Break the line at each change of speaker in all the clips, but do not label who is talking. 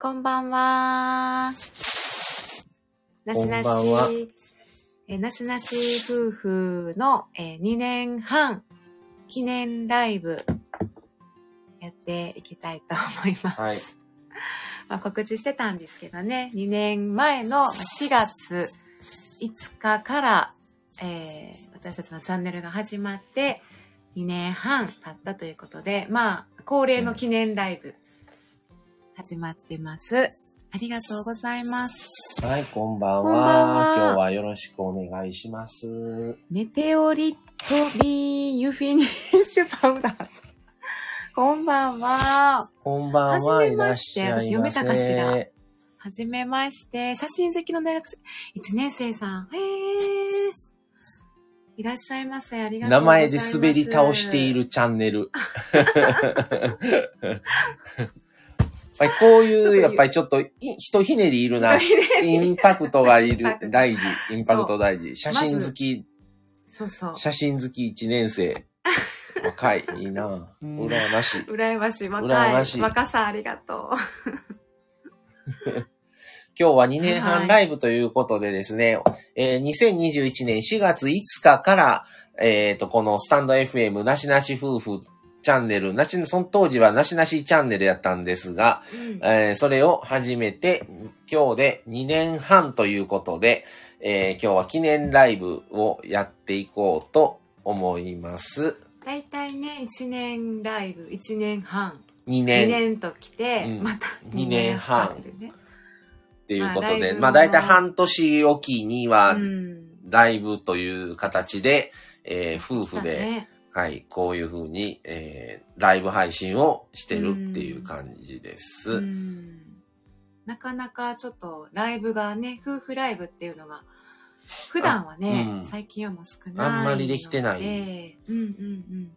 こんばんは。なしなし
こんばんは、
えなしなし夫婦の、え2年半記念ライブやっていきたいと思います。
はい。
まあ、告知してたんですけどね、2年前のまあ4月5日から、えー私たちのチャンネルが始まって、2年半経ったということで、まあ、恒例の記念ライブ、始まってます。ありがとうございます。
はい、こんばんは。
こんばんは
今日はよろしくお願いします。
メテオリットビーユフィニッシュパウダーさん。こんばんは。
こんばんは。
はいじめ
らっ
まし
してゃいませ。
私読めたかしらはじめまして。写真好きの大学生、1年生さん。へえ。いらっしゃいませ。ありがとう
名
ござい
前
ます。
で滑り倒してい。るチャンネ ル。やっぱりこういう、やっぱりちょっとい、ひとひねりいるな。インパクトがいる。大事。インパクト大事。写真好き、
そうそう。
写真好き1年生。若い。いいな。
うん
羨ましい。
羨ましい。若い。
羨ましい
若さありがとう。
今日は2年半ライブということでですね、えー2021年4月5日から、えっ、と、このスタンド FM なしなし夫婦チャンネル、なし、その当時はなしなしチャンネルやったんですが、
うん
えーそれを始めて、今日で2年半ということで、えー今日は記念ライブをやっていこうと思います。
大体ね、1年ライブ、1年半。
2
2
年っ
年と来て、
うん
また
二年半
でね。
ていうこ
ま
と
あライブ
で、
の
まあ大体半年おきには、
うん。
ライブという形で、えー夫婦で、
だね
はい、こういうふうに、えーライブ配信をしてるっていう感じです。
うんなかなかちょっとライブがね、夫婦ライブっていうのが、普段はね、
あうん
最近はもう少ないので。
あんまりできてない
うんうん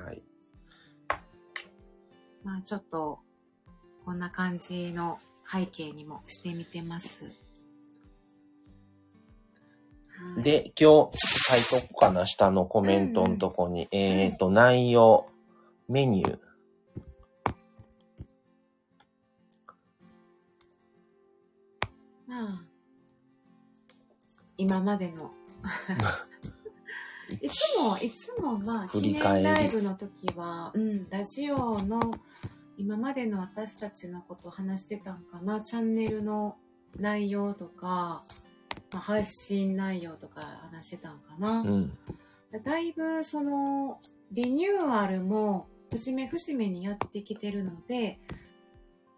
うん。
はい。
まあちょっと、こんな感じの背景にもしてみてます。はい、
で、今日、書いとこかな、下のコメントのとこに。えっ、と、内容、メニュー。
まあ今まで の。いつも、いつもまあ、
振
記
り
念
返り
ライブの時は、うん、ラジオの今までの私たちのこと話してたんかな、チャンネルの内容とか、まあ、配信内容とか話してたんかな。
うん。
だいぶそのリニューアルも節目節目にやってきてるので、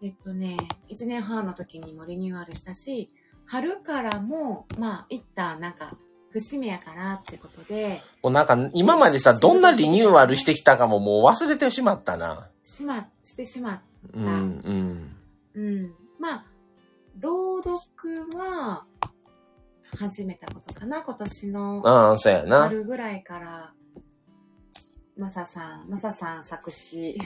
えっとね、1年半の時にもリニューアルしたし、春からも、まあ、一旦なんか、節目やからってことで、
もうなんか、今までさ、どんなリニューアルしてきたかももう忘れてしまったな。
しま、してしまっ
うん、うん。
うん。まあ、朗読は、始めたことかな、今年の
ああ、そうやな。
春ぐらいから、マサさん、マサさん作詞、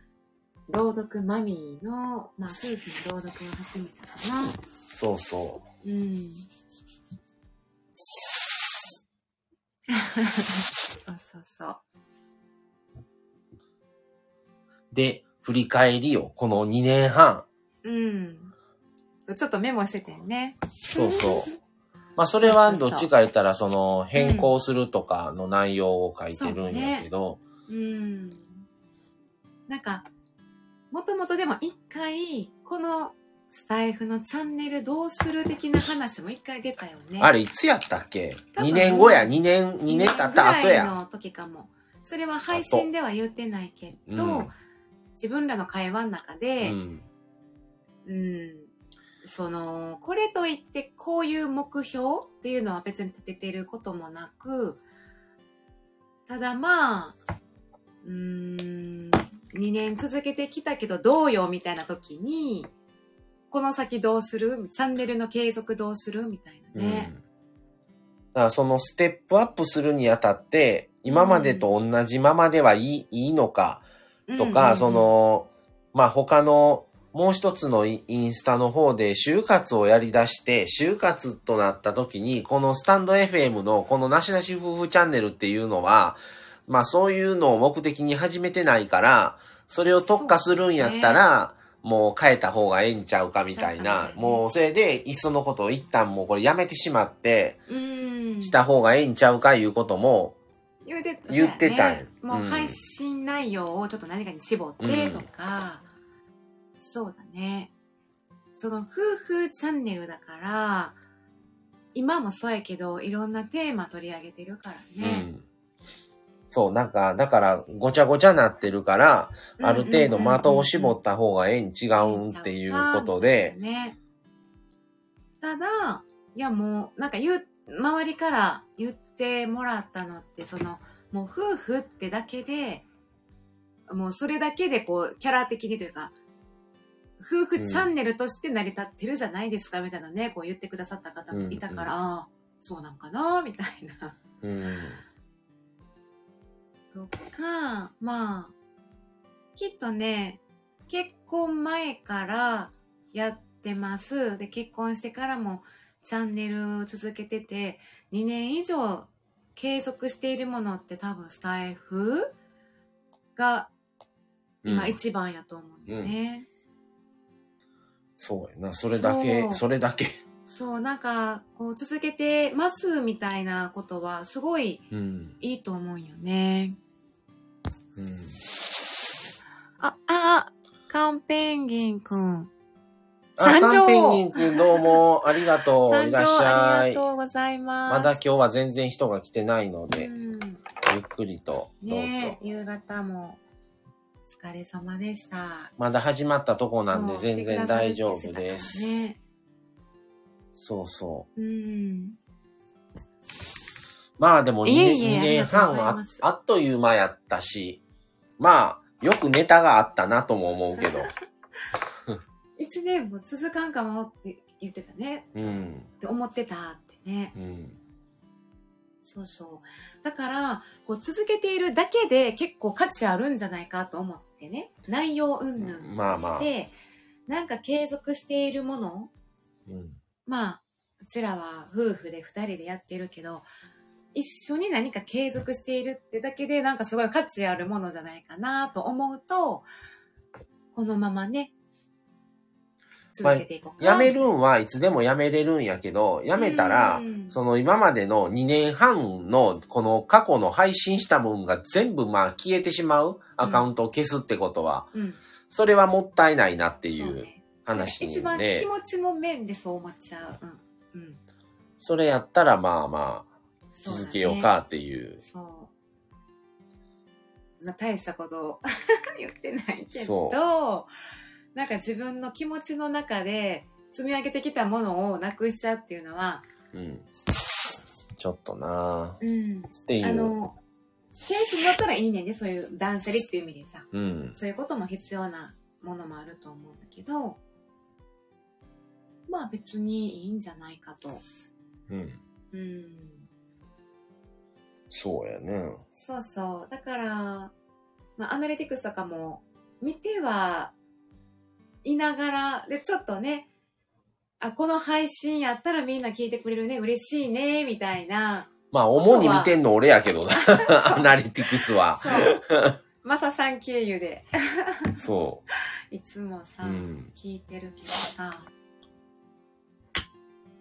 朗読マミーの、まあ、夫婦の朗読を始めたかな。
そうそ
うん。 そうそうそう。
う。で、振り返りを、この2年半。
うん。ちょっとメモしててんね。
そうそう。 まあ、それはどっちか言ったら、その、変更するとかの内容を書いてるんやけど、
うん。なんか、もともとでも一回、このスタイフのチャンネルどうする的な話も一回出たよね。
あれいつやったっけ
多分
?2 年後や、2年、2年経った後
ぐらい
や。
の時かも。それは配信では言ってないけど、
うん
自分らの会話の中
う
で、
ん。
うん、その、これといってこういう目標っていうのは別に立ててることもなく、ただまあ、うーん、2年続けてきたけどどうよみたいな時に、この先どうするチャンネルの継続どうするみたいな
うん。だ
ね。
からそのステップアップするにあたって、今までと同じままではいい,、いいのかと
うんうんう
か、
ん
そ、の、まあ、他の、もう一つのイインスタの方で、就活をやり出して、就活となった時に、このスタンド FM の、このなしなし夫婦チャンネルっていうのは、まあ、そういうのを目的に始めてないから、それを特化するんやったら、もう変えた方がええんちゃうかみたいな、
そうか
もうそれで、いっそのことを一旦もうこれやめてしまって、
うん。
した方がええんちゃうかいうことも、
言うて
言って
そう
たんや
やねもううん配信内容をちょっと何かに絞ってとか、そうだね。その夫婦チャンネルだから、今もそうやけど、いろんなテーマ取り上げてるから
う
ね。
ん。そう、なんか、だから、ごちゃごちゃなってるから、ある程度的を絞った方がええん違うんっていうことで、
ね。ただ、いやもう、なんか言う、周りから言ってもらったのって、その、もう夫婦ってだけで、もうそれだけでこう、キャラ的にというか、夫婦チャンネルとして成り立ってるじゃないですか、みたいなね、こう言ってくださった方もいたから、ああ、そうなんかな、みたいな。
うん。
とか、まあ、きっとね、結婚前からやってます。で、結婚してからもチャンネル続けてて、2年以上継続しているものって多分スタイフが
うん
今一番やと思うんだよね。
そうやな、それだけ、
そう
それだけ。
そう、なんか、こう続けてますみたいなことはすごい
うん。
いいと思うんよね。
うん
あ、あ、カンペンギンくん。
あ、
山頂
カンペンギンくんどうも、ありがとう。い
山
らっし
頂あ
ゃ
り
い
が。とうございます。
まだ今日は全然人が来てないので、
うん、
ゆっくりと、どうぞ。
ねえ夕方もお疲れ様でした。
まだ始まったとこなんで
そう
全然大丈夫で。
来
す。
て
そうそ
くださるって言ってたからね、うん。
う。まあでも2
いえいえ
年半
ありがとうござい
あ
ます
あっという間やったし、まあ、よくネタがあったなとも思うけど。
一年も続かんかもって言ってたね。
うん。
って思ってたってね。
うん。
そうそう。だから、こう続けているだけで結構価値あるんじゃないかと思ってね。内容云々として、
まあまあ
なんか継続しているもの
うん。
まあ、うちらは夫婦で二人でやってるけど、一緒に何か継続しているってだけで、なんかすごい価値あるものじゃないかなと思うと、このままね、続けていこうか。
やめるんはいつでもやめれるんやけど、やめたら
うん、
その今までの2年半のこの過去の配信した分が全部まあ消えてしまうアカウントを消すってことは、
うん。
それはもったいないなってい
そう
う
ね。
話に
一番
で
気、持ちの面でそう思っちゃう。うん。うん。
それやったらまあまあ
そうだね
続けよう。かっていう。
そう。な大したことを 言ってないけ
そ
ど、なんか自分の気持ちの中で積み上げてきたものをなくしちゃうっていうのは、
うん。ちょっとなぁ
うん。
ってい
あ
う。
の、精神だったらいいねんね、そういう断捨離っていう意味でさ。
うん。
そういうことも必要なものもあると思うんだけど、まあ別にいいんじゃないかと。
うん。
うん。
そうやね。
そうそう。だから、まあ、アナリティクスとかも見てはいながら、で、ちょっとね、あ、この配信やったらみんな聞いてくれるね、嬉しいね、みたいな。
まあ、主に見てんの俺やけど な。アナリティクスは。
そう。マサさん経由で、
そ
いつもさ、
う。うん。
聞いてるけどさ。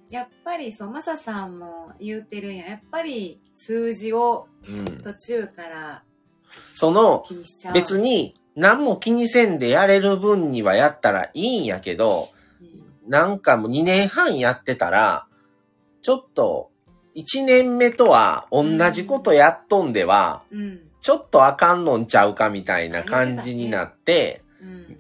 やっぱり、そう、マサさんも言うてるんや。やっぱり、数字を
うん。
途中から
その、
気にしちゃう。
別に何も気にせんでやれる分にはやったらいいんやけ
う
ど、
ん
なんかもう2年半やってたら、ちょっと、1年目とは同じことやっとんでは、
うん。
ちょっとあかんのんちゃうかみたいな感じになって、
うん。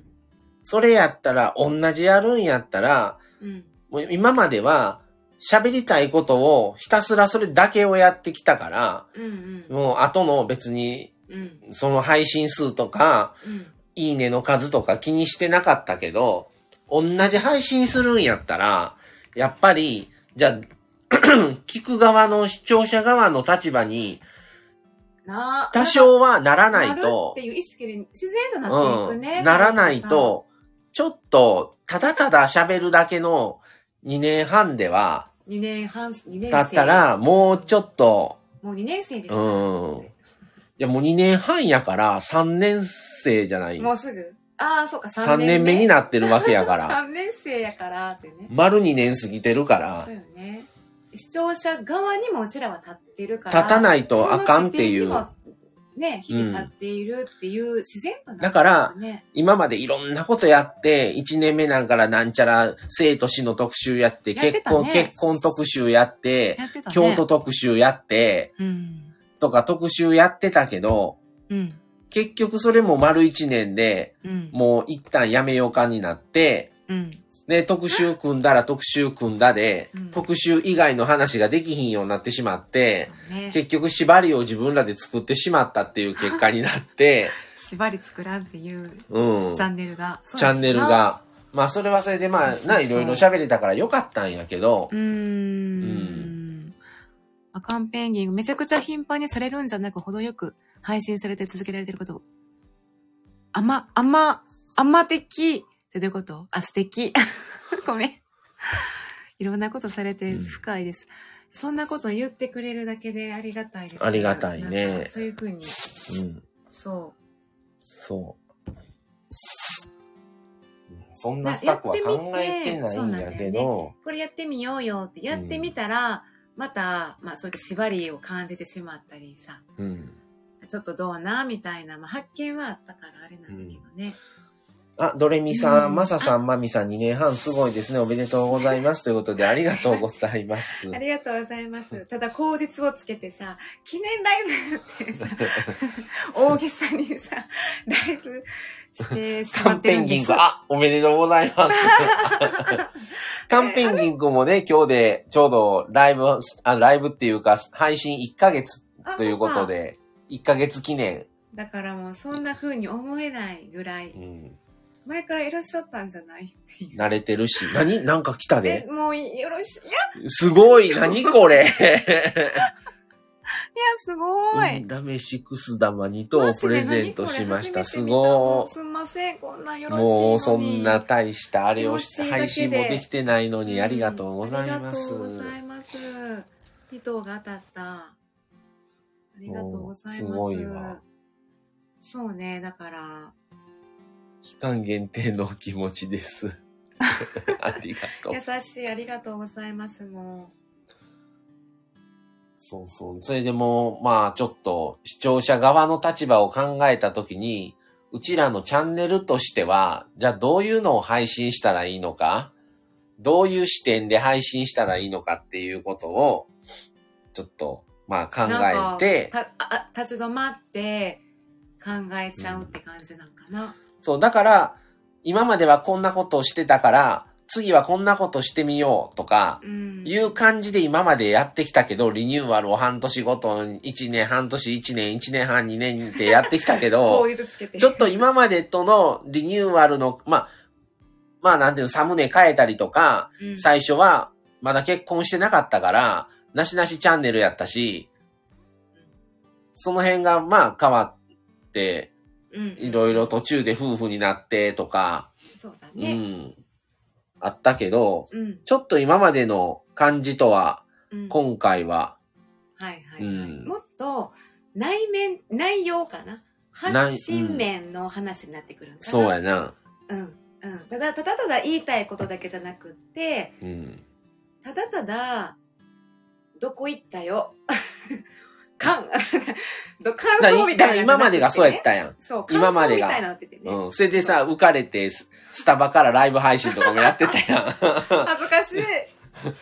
それやったら、同じやるんやったら、
うん。
もう今までは喋りたいことをひたすらそれだけをやってきたから、
うんうん。
もう後の別に
うん。
その配信数とか、
うん。
いいねの数とか気にしてなかったけど、同じ配信するんやったら、やっぱり、じゃあ、 聞く側の視聴者側の立場に
なあ
多少はなら
な
ない
る
と
って、いう意識で自然となって
う
いく
ん
ね。
ならないと、ちょっと、ただただ喋るだけの2年半では、
2年半、2年生。
だった、ら、もうちょっと、
もう2年生です
う
か
ん
ら。。
いや、もう2年半やから、3年生じゃない。
もうすぐああ、そうか、3
3
年目。
年目になってるわけや から。
3年生やからってね。
丸2年過ぎてるから
そう、よね。視聴者側にもうちらは立ってるから。
立たないとあかんってい
そうの。視点にもね、日々立っているっていう自然とな
だから、
ね。
今までいろんなことやって、1年目なんからなんちゃら、生と死の特集やって、
やって
結
たね
婚、結婚特集やって、
やってたね。
京都。特集やって、
うん。
とか特集やってたけど、
うん。
結局それも丸1年で、
うん。
もう一旦やめようかになって、
うん。
で、特集組んだら特集組んだで、
うん
特集以外の話ができひんようになってしまって、
そうね。
結局縛りを自分らで作ってしまったっていう結果になって、
縛り作らんっていう
うん。
チャンネルが。チ
チャンネル。が。まあ、それはそれで、ま
そう
あ、
そうそう
な、いろいろ喋れたからよかったんやけど
う、ーん。アカンペンギング、めちゃくちゃ頻繁にされるんじゃなく、程よく配信されて続けられてること。あま、あま、あま的ってどういうことあ、素敵。 ごめん。いろんなことされて
うん
深いです。そんなこと言ってくれるだけでありがたいです、
ありがたいね
なんかそういうふうに、
うん。
そ
そう。そん
う。
なスタッフは考えてないんだけ
そうなんだよ
ど
ね、、これやってみようよって、やってみたら、また、まあそういった縛りを感じてしまったりさ。
うん。
ちょっとどうなみたいな、まあ、発見はあったからあれなんだけどね。
あ、ドレミさ、
うんん
マサさん、マミさん、2年半、すごいですね。おめでとうございます。ということで、ありがとうございます
あ。りがとうございます。ただ、口実をつけてさ、記念ライブってさ、 大げさにさ、ライブしてしま
カ
っ
ン
て
ペ
る
ン
ん
ギ
で
ン
す
くん、あ、おめでとうございます。 カンペンギンくんもね、今日で、ちょうど、ライブ、あ、ライブっていうか、配信1ヶ月
あ
ということ。
そっか
で、1ヶ月記念。
だからもう、そんな風に思えないぐらい、
うん
前からいらっしゃったんじゃないっていう。
慣れてるし。何なんか来た
え
で。
もうよろしい。いや、いや、
すごい何これ
すごい。
うん、試しくす玉2等をプレゼントしました。すご
い。すんません、こんなよ
い。
ろしいのに。
もうそんな大したあれをし
気持ちいいだけで
配信もできてないのにありがとうござい
ありが
ま
と
す。
うございます。二頭が当たった。ありがとうございます。
おーすごいわ
そうね、だから。
期間限定のお気持ちです。ありがとう
優。しい、ありがとうございます。も
そうそう。それでもう、まあちょっと視聴者側の立場を考えたときに、うちらのチャンネルとしては、じゃあどういうのを配信したらいいのか、どういう視点で配信したらいいのかっていうことを、ちょっと、まあ考
う。なんか
えて、
たああ立ち止まって考えちゃうって感じなんかな。
そう、だから、今まではこんなことをしてたから、次はこんなことしてみようとか、
うん。
いう感じで今までやってきたけど、リニューアルを半年ごとに、1年、半年、1年、1年半、2年ってやってきた け
こ
ど
う、いうのつけて。
ちょっと今までとのリニューアルの、まあ、まあなんていうの、サムネ変えたりとか、
うん、
最初はまだ結婚してなかったから、なしなしチャンネルやったし、その辺がまあ変わって、
うん
いろいろ途中で夫婦になってとか、
そうだ
う
ね。
ん、あったけど、
うん。
ちょっと今までの感じとは、
うん。はい
今回は、
はいはい。
うん
もっと内面、内容かな。発信面の話になってくるんかな。
そうやな。
うんうん、ただただただ言いたいことだけじゃなくって
うん。
ただただ「どこ行ったよ」 感 ど感
だ
想みたいな、
今までがそうやったやん。
そう感
今ま
想
で
み
が
たいなのっててね、
うん。それでさ、浮かれてス、スタバからライブ配信とかもやってたやん。
恥ずかしい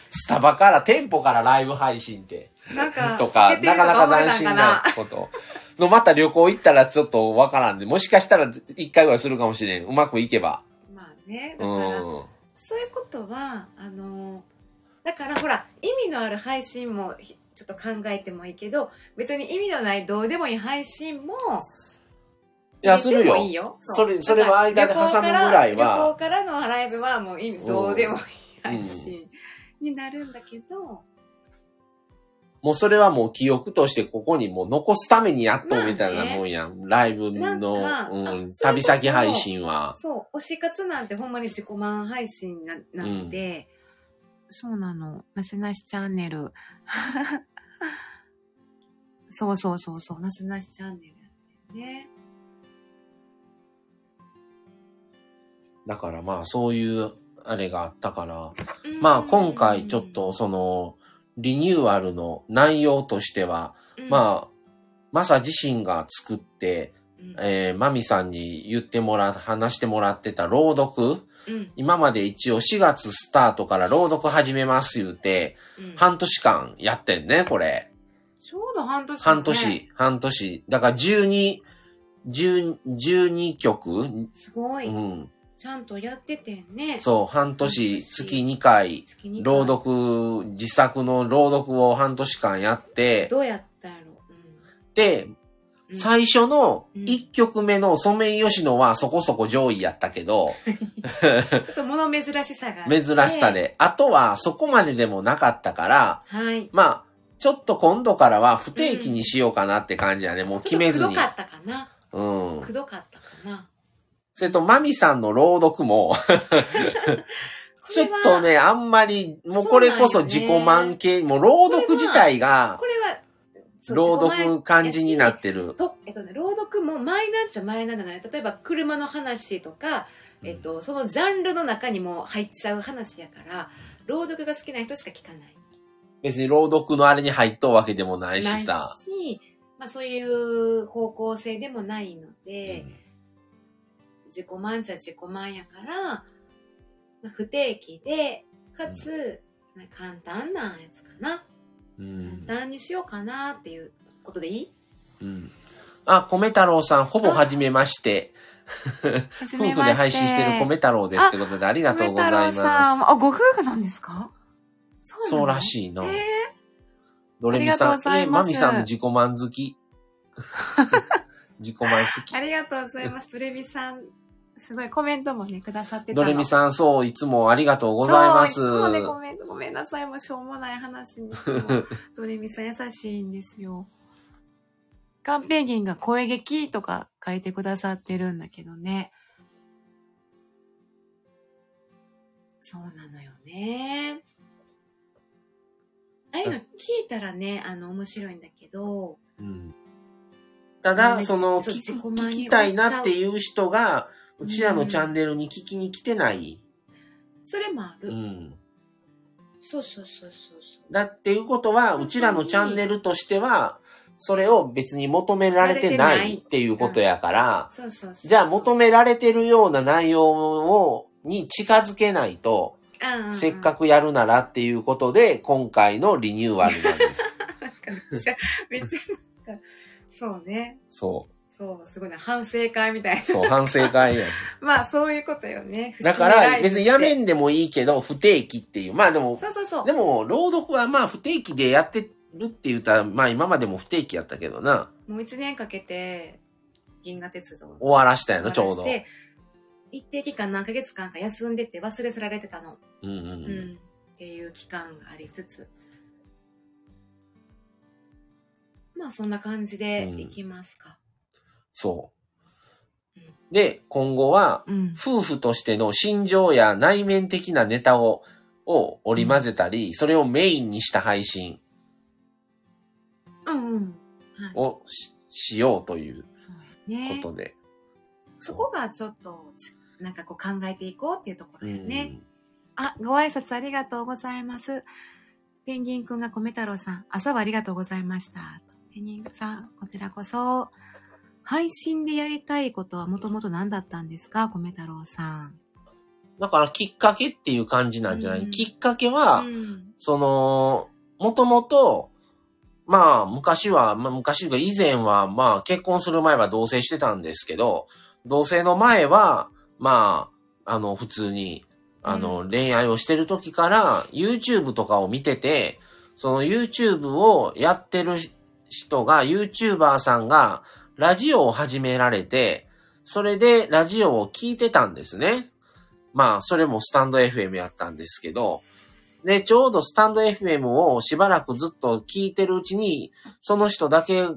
スタバから、店舗からライブ配信って。
なんか
とか、
透けて
な
る
かなか
思って
斬
たん
新なこと。の、また旅行行ったらちょっとわからんで、もしかしたら一回ぐらいするかもしれん。うまくいけば。
まあね
う
だから、
ん。
そういうことはあのだからほら意味のある配信もひちょっと考えてもいいけど別に意味のないどうでもいい配信も
いや、する
で
よ
も。いいよ。
それそれは間で挟むぐらいは
旅行からのライブはもういい、
うん
どうでもいい配信になるんだけど、
もうそれはもう記憶としてここにもう残すためにやっとみたいなもんやん。ライブの、
なんかあ
うん、
それこそ
旅先配信は。
そう、推し活なんてほんまに自己満配信ななんで、そうなの。なしなしチャンネル。 そうそうそうそう、なしなしチャンネルやってね。
だからまあそういうあれがあったから、まあ今回ちょっとそのリニューアルの内容としては、
うん、
まあ、マサ自身が作って、
うん、
えー、マミさんに言ってもら、話してもらってた朗読、
うん
今まで一応4月スタートから朗読始めます言うて、
うん
半年間やってんね、これ。
ちょうど半年、ね。
半年、半年。だから12、12 12曲、う
すごい、
ん。
ちゃんとやっててんね。
そう、半
半
年、
年
月2回、
好きに
朗。読、自作の朗読を半年間やって、
どうやったやろう。
で、
うん、
最初の
うん
1曲目のソメイヨシノはそこそこ上位やったけど、
うんちょっと物珍しさが。
珍しさ。で、あとはそこまででもなかったから、
はい。
まあ、ちょっと今度からは不定期にしようかなって感じやね、もう決めずに
ちょ。っとくどかったかな。
うん。
くどかったかな。
それと、マミさんの朗読も、ちょっとね、あんまり、もうこれこそ自己満系、もう朗読自体が
こ、れは、そう
朗読感じになってる。
と、えっとね、朗読もマイナーっちゃマイナーなのよ。例えば、車の話とか、えっと、そのジャンルの中にも入っちゃう話やから、朗読が好きな人しか聞かない。
別に朗読のあれに入っとうわけでもないし
な
さ。
いしまあ、そういう方向性でもないので、自己満じゃ自己満やから、まあ、不定期で、かつ、まあ簡単なやつかな。
うんうん
簡単にしようかなっていうことでいい
うんあ、米太郎さん、ほぼ初めまして。
初
夫婦
め
で
まして
配信してる米太郎ですってことでありがとうござい
梅太郎さん
ます。
あ、ご夫婦なんですか
そ
そうら
い。
しいな
え。
ドレミ
あ
さ
りがとうご
ん、
ざ
え、
いま
マ
す
ミさんの自己満 好き。自己満好き
ー、あ。りがとうございます。ドレミさん、すごいコメントもね、くださってた
ド
の
レミさん、そう、いつもありがとうございます。
そういつもね、ごめん、ごめんなさい。もうしょうもない話にいつも。ドレミさん優しいんですよ。 カンペギンが声劇とか書いてくださってるんだけどね。
そうなのよね。ああいうの聞いたらね、あの、面白いんだけど、
うんただ、
ね
その、
そう
聞
自己満に
聞きたいなっていう人が、うちらのチャンネルに聞きに来てない。
それもある。
うん。
そうそうそうそうそう。
だっていうことは、
当に
うちらのチャンネルとしては、それを別に求められてないっていうことやから、
そうそうそう。
じゃあ求められてるような内容を、に近づけないと、
め
せっか
く。
くやるならっていうことで、今回のリニューアルなんです。
めっちゃ、めっちゃなんか、そうね。
そ。
そう、すごいな。反省会みたいうな。
そう、反省会や。
まあ、そういうことよね。
だか
節目ラ
ら、
イブっ
別
て
にやめ。んでもいいけど、不定期っていう。まあでも、
そうそうそう。
でも、朗読はまあ不定期でやってるって言ったら、まあ今までも不定期やったけどな。
もう一年かけて、銀河鉄道を
終わらしたやの、ちょうど。
終わらして一定期間何ヶ月間か休んでて忘れ去られてたの。
うんうん
う
うん。
ん。っていう期間がありつつ。まあ、そんな感じでいきますか。
そう
うん。
で、今後は、
うん。
夫婦としての心情や内面的なネタを、を織り交ぜたり、それをメインにした配信
うんうん。
をししようという
そうや。
こ
ね。
とで。
そこがちょっとち、なんかこう考えていこうっていうとこ
う
ろだよ
ん
ね。
あ、ご挨拶ありがとうございます。ペンギンくんが米太郎さん、朝はありがとうございました。ペンギンさん、こちらこそ。配信でやりたいことはもともと何だったんですか米太郎さん。
だから、きっかけっていう感じなんじゃない、
うん
きっかけは、
うん
その、もともと、まあ、昔は、まあ、昔というか以前は、まあ、結婚する前は同棲してたんですけど、同棲の前は、まあ、あの、普通に、あの、恋愛をしてる時から、YouTube とかを見てて、その YouTube をやってる人が、YouTuber さんが、ラジオを始められて、それでラジオを聞いてたんですね。まあ、それもスタンド FM やったんですけど、で、ちょうどスタンド FM をしばらくずっと聞いてるうちに、その人だけ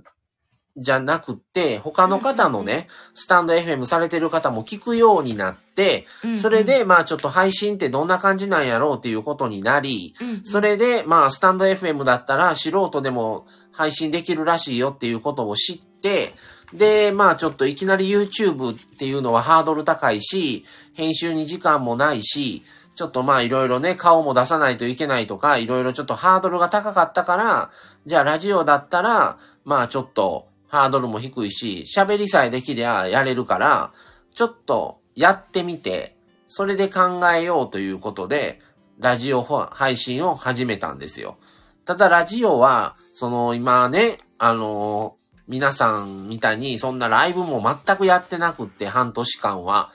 じゃなくって、他の方のね、スタンド FM されてる方も聞くようになって、それで、まあちょっと配信ってどんな感じなんやろうっていうことになり、
うん、
それで、まあスタンド FM だったら素人でも配信できるらしいよっていうことを知って、で、まあちょっといきなり YouTube っていうのはハードル高いし、編集に時間もないし、ちょっとまあいろいろね、顔も出さないといけないとか、いろいろちょっとハードルが高かったから、じゃあラジオだったら、まあちょっとハードルも低いし、喋りさえできりゃやれるから、ちょっとやってみて、それで考えようということで、ラジオ配信を始めたんですよ。ただラジオは、その今ね、あの皆さんみたいにそんなライブも全くやってなくって半年間は、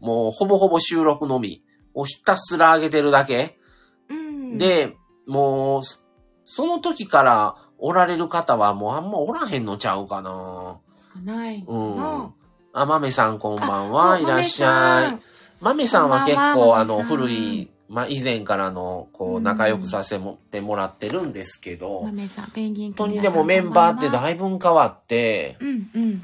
もうほぼほぼ収録のみをひたすら上げてるだけ。
うん、
で、もう、そその時からおられる方はもうあんまおらへんのちゃうかな。
少ない。
うん
の。
あまめさんこんばん
あ
は。
そう
いらっしゃ
豆
い。まめさんは結
こん
構
ばんは
あの
豆さん
古い、まあ以前からのこ
う
うん仲良くさせてもらってるんですけ
さん。
ど、本
豆さん、ペンギン
当
君
に
皆さ
で
ん
もメンバーって
こんばんは
だいぶん変わって、
うんうん。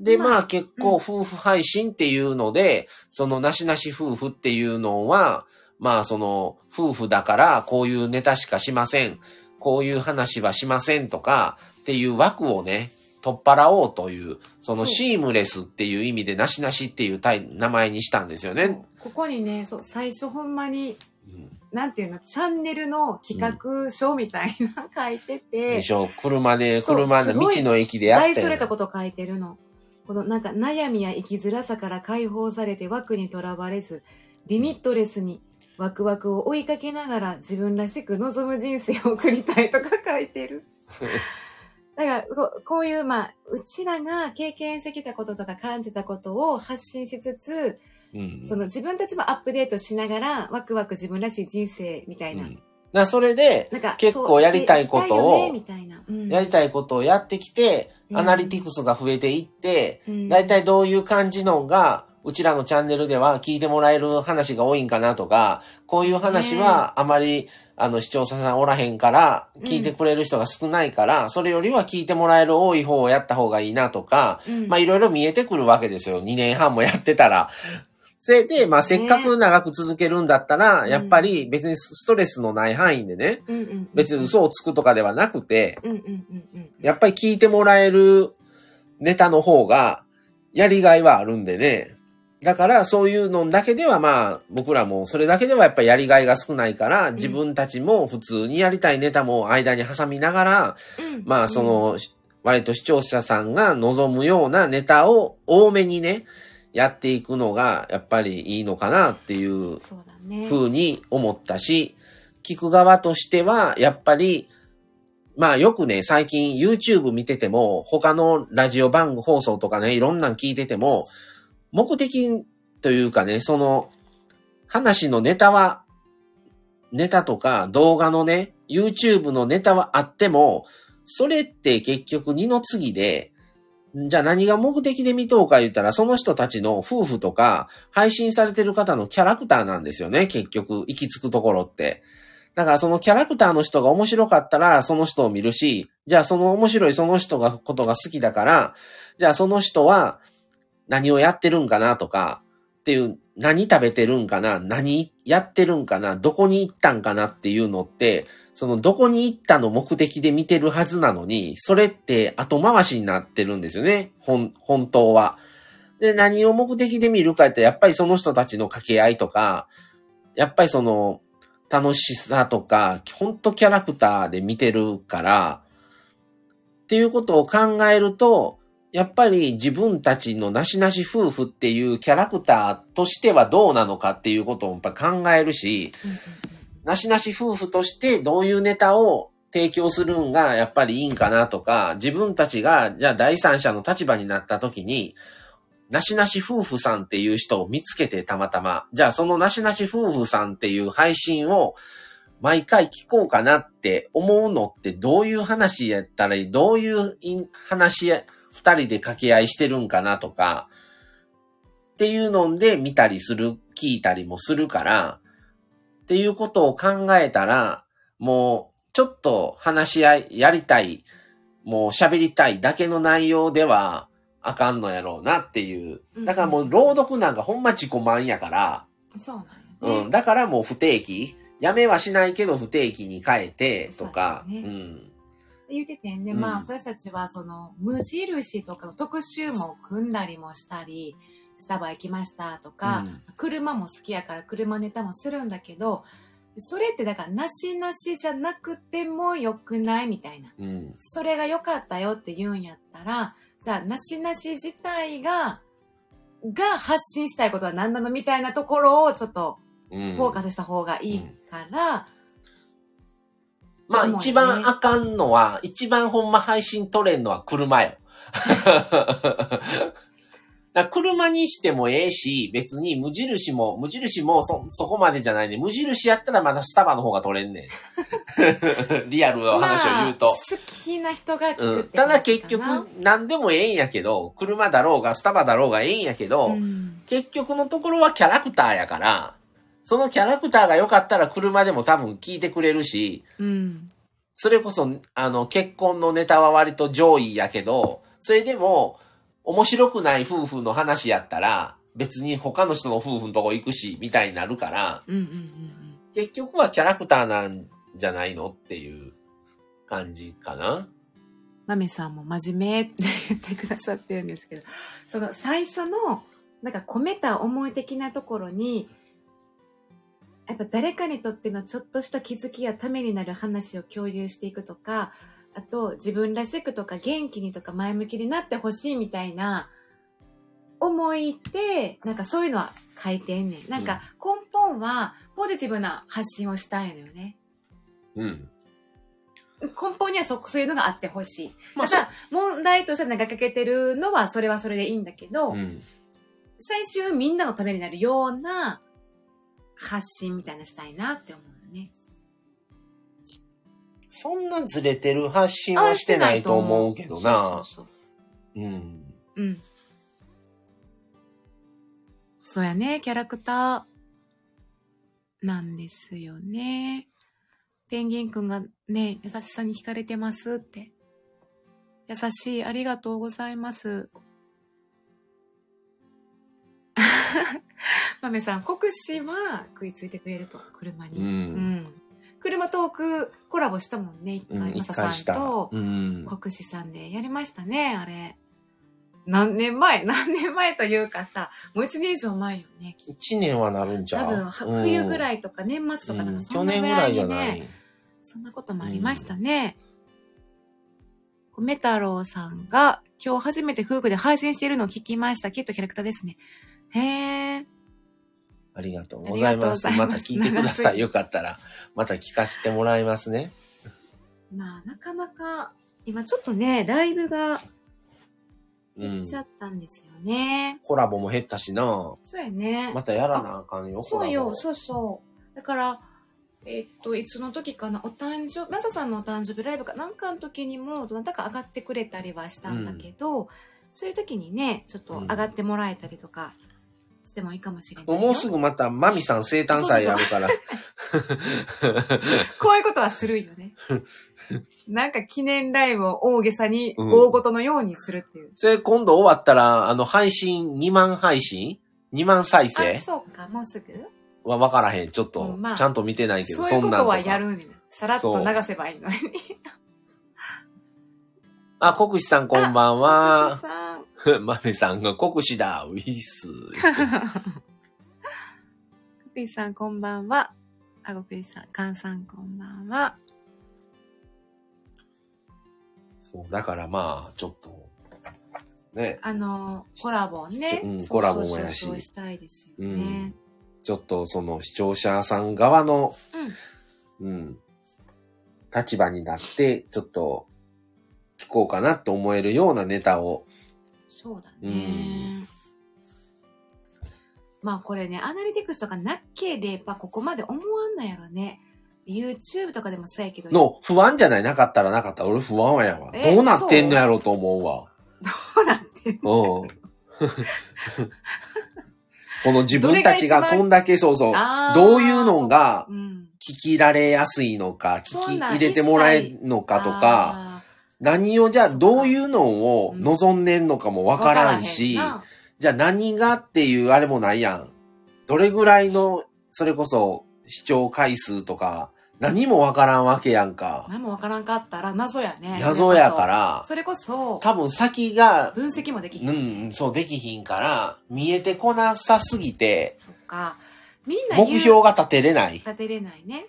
で、
まあ
まあ結構夫婦配信っていうので、そのなしなし夫婦っていうのは、まあその夫婦だからこういうネタしかしません。こういう話はしませんとかっていう枠をね、取っ払おうという、
そ
そ
う
のシームレスっていう意味でなしなしっていうタイ名前にしたんですよね。
ここにね、そう、最初ほんまに、
うん
なんていうの、チャンネルの企画書みたいな書いてて
で、しょ、車で、
そう
車
す
で、
ご
道
い
の駅でやって
大それたこと書いてるの。このなんか悩みや生きづらさから解放されて枠にとらわれず、リミットレスにワクワクを追いかけながら自分らしく望む人生を送りたいとか書いて る。だからこう、こういう、まあ、うちらが経験してきたこととか感じたことを発信しつつ、
うん
その自分たちもアップデートしながら、ワクワク自分らしい人生みたいな。
うんだからそれで、
なんか
結構やりたいことを
そうしていきたいよねみたいな。うん
やりたいことをやってきて、
うん
アナリティクスが増えていって、
うん
だいたいどういう感じのが、うちらのチャンネルでは聞いてもらえる話が多いんかなとか、こういう話はあまり、あの、視聴者さんおらへんから、
うん
聞いてくれる人が少ないから、それよりは聞いてもらえる多い方をやった方がいいなとか、
うん
まあいろいろ見えてくるわけですよ。2年半もやってたら。それで、まあせっかく長く続けるんだったら、
ね
やっぱり別にストレスのない範囲でね、
うんうんうん
別に嘘をつくとかではなくて、
うんうんうんうんうん。
やっぱり聞いてもらえるネタの方が、やりがいはあるんでね。だから、そういうのだけでは、まあ、僕らも、それだけではやっぱりやりがいが少ないから、自分たちも普通にやりたいネタも間に挟みながら、
うん
まあ、そ、の、割と視聴者さんが望むようなネタを多めにね、やっていくのが、やっぱりいいのかなっていう
そうだね。
ふうに思ったし、聞く側としては、やっぱり、まあよくね、最近 YouTube 見てても、他のラジオ番組放送とかね、いろんなん聞いてても、目的というかね、その、話のネタは、ネタとか動画のね、YouTube のネタはあっても、それって結局二の次で、じゃあ何が目的で見とうか言ったら、その人たちの夫婦とか、配信されてる方のキャラクターなんですよね、結局、行き着くところって。だからそのキャラクターの人が面白かったら、その人を見るし、じゃあその面白いその人が、ことが好きだから、じゃあその人は何をやってるんかなとか、っていう、何食べてるんかな、何やってるんかな、どこに行ったんかなっていうのって、そのどこに行ったの目的で見てるはずなのに、それって後回しになってるんですよね、本、本当は。で、何を目的で見るかって、やっぱりその人たちの掛け合いとか、やっぱりその、楽しさとか、ほんとキャラクターで見てるから、っていうことを考えると、やっぱり自分たちのなしなし夫婦っていうキャラクターとしてはどうなのかっていうことをやっぱ考えるし、なしなし夫婦としてどういうネタを提供するんがやっぱりいいんかなとか、自分たちがじゃあ第三者の立場になった時に、なしなし夫婦さんっていう人を見つけてたまたま、じゃあそのなしなし夫婦さんっていう配信を毎回聞こうかなって思うのってどういう話やったらいい、どういうい話や、二人で掛け合いしてるんかなとか、っていうので見たりする、聞いたりもするから、っていうことを考えたら、もうちょっと話し合い、やりたい、もう喋りたいだけの内容ではあかんのやろうなっていう。だからもう朗読なんかほんま自己満やから、
そうなんやね
うん、だからもう不定期、やめはしないけど不定期に変えてとか、
そう
う
だね
ん。
言っててんで、
うん
まあ私たちはその無印とかの特集も組んだりもしたり、スタバ行きましたとか、車も好きやから車ネタもするんだけど、それってだからなしなしじゃなくても良くないみたいな。
うん。うん。
それが良かったよって言うんやったら、じゃあ、なしなし自体が、が発信したいことは何なのみたいなところをちょっと
うん。
フォーカスした方がいいから、
まあ
でもね
一番あかんのは、一番ほんま配信取れんのは車よ。だから車にしてもええし、別に無印も、無印もそ、そこまでじゃないね。無印やったらまだスタバの方が取れんねん。 リアルな話を言うと。
まあ好きな人が聞くっ
うん、
て感
ただ
じ
結
か
局
な、
何でもええんやけど、車だろうがスタバだろうがええんやけど、
うん
結局のところはキャラクターやから、そのキャラクターが良かったら車でも多分聞いてくれるし、
うん。
それこそ、あの、結婚のネタは割と上位やけど、それでも、面白くない夫婦の話やったら、別に他の人の夫婦のとこ行くし、みたいになるから、
うんうんうんうん。
結局はキャラクターなんじゃないのっていう感じかな。
マメさんも真面目って言ってくださってるんですけど、その最初の、なんか込めた思い的なところに、やっぱ誰かにとってのちょっとした気づきやためになる話を共有していくとか、あと自分らしくとか元気にとか前向きになってほしいみたいな思いって、なんかそういうのは書いてんねん。なんか根本はポジティブな発信をしたいのよね。
うん。
根本にはそ、そういうのがあってほしい。
まあ、
ただ、問題として投げかけてるのは、それはそれでいいんだけど、
うん。
最終みんなのためになるような発信みたいなしたいなって思うよね。
そんなずれてる発信はしてないと思うけどな。
そうそうそ
うん。
ううん。そうやね、キャラクターなんですよね。ペンギンくんがね、優しさに惹かれてますって。優しい、ありがとうございます。 まめさん、国士は食いついてくれると、車に。
うん
ん車トークコラボしたもんね、一
うん、
回、マ
一
サ
回し
さん
た。
と
う。ん。
国士さんでやりましたね、あれ。何年前 何年前というかさ、もう一年以上前よね。きっと
一年はなるんじゃ
多
う
分、は冬ぐら
い
いとか年末とかなんかそ
去
んな
年
ぐ
ぐ
ら
ら
い
いじゃ
に
ない
ね、。そんなこともありましたね。米太郎さんが今日初めて夫婦で配信しているのを聞きました。きっとキャラクターですね。へー。
ありがとうございます。
あり
ま
が
た
とうございます
聞いてくだ
長
さ
す
い。
ぎ
よかったら、また聞かせてもらいますね。
まあ、なかなか、今ちょっとね、ライブが
う
減
ん
っち。ゃったんですよね。
コラボも減ったしな。
そうやね。
またやらなあかんよ、
そう
コラ
よ、
ボ
そうそう。だから、えっと、いつの時かな、お誕生日、マサさんのお誕生日ライブかなんかの時にも、どなたか上がってくれたりはしたんだけど、そういう時にね、ちょっと上がってもらえたりとかしてもいいかもしれないよ、
もうすぐまた、マミさん生誕祭やるから。
こういうことはするよね。 なんか記念ライブを大げさに、
うん
大ごとのようにするっていう。
それ今度終わったら、あの、配信、2万配信 ?2 万再
あ、
生
そうか、もうすぐ
は分からへん。ちょっと
うんま、あ
ちゃんと見てないけど、
そういうこ
んなん
と
と
は
か
やるんだよさらっと流せばいいのに。
あ、国士さんこんばん
マサ
は。
さん。
マミさんが国士だ、ウィス。
福井さんこんばんは。あ、福井さん、菅さんこんばんは。
そう、だからまあ、ちょっと、ね、
あの、コラボをね。
うん
そう
コラボもやし
そうそうそうしたいです
う
よ
ん。
ね。
ちょっとその視聴者さん側の、
うん
うん、立場になって、ちょっと、聞こうかなと思えるようなネタを、
そうだね。
うん
まあこれね、アナリティクスとかなければここまで思わんのやろね。YouTube とかでもそうやけど。ど
の不安じゃないなかったらなかった。俺不安やわ。
え
どうなってんのやろうと思うわ。
うなってんの
うん。 この自分たちがこんだけ、そうそう、
あー
どういうのが
うん。
聞きられやすいのか、聞
そ
き
んなん
入れてもらえるのかとか、
あ
何をじゃあどういうのを望んでんのかも
ー、
わからんし、
わからへんな
じゃあ何がっていうあれもないやん。どれぐらいの、それこそ視聴回数とか、何もわからんわけやんか。
何もわからんかったら謎やね。。
謎やからら、
それこそ、
多分先が、
分析もできひん
うん、そうできひんから、見えてこなさすぎて、
そっか。みんな言う
目標が立てれない。
立てれないね。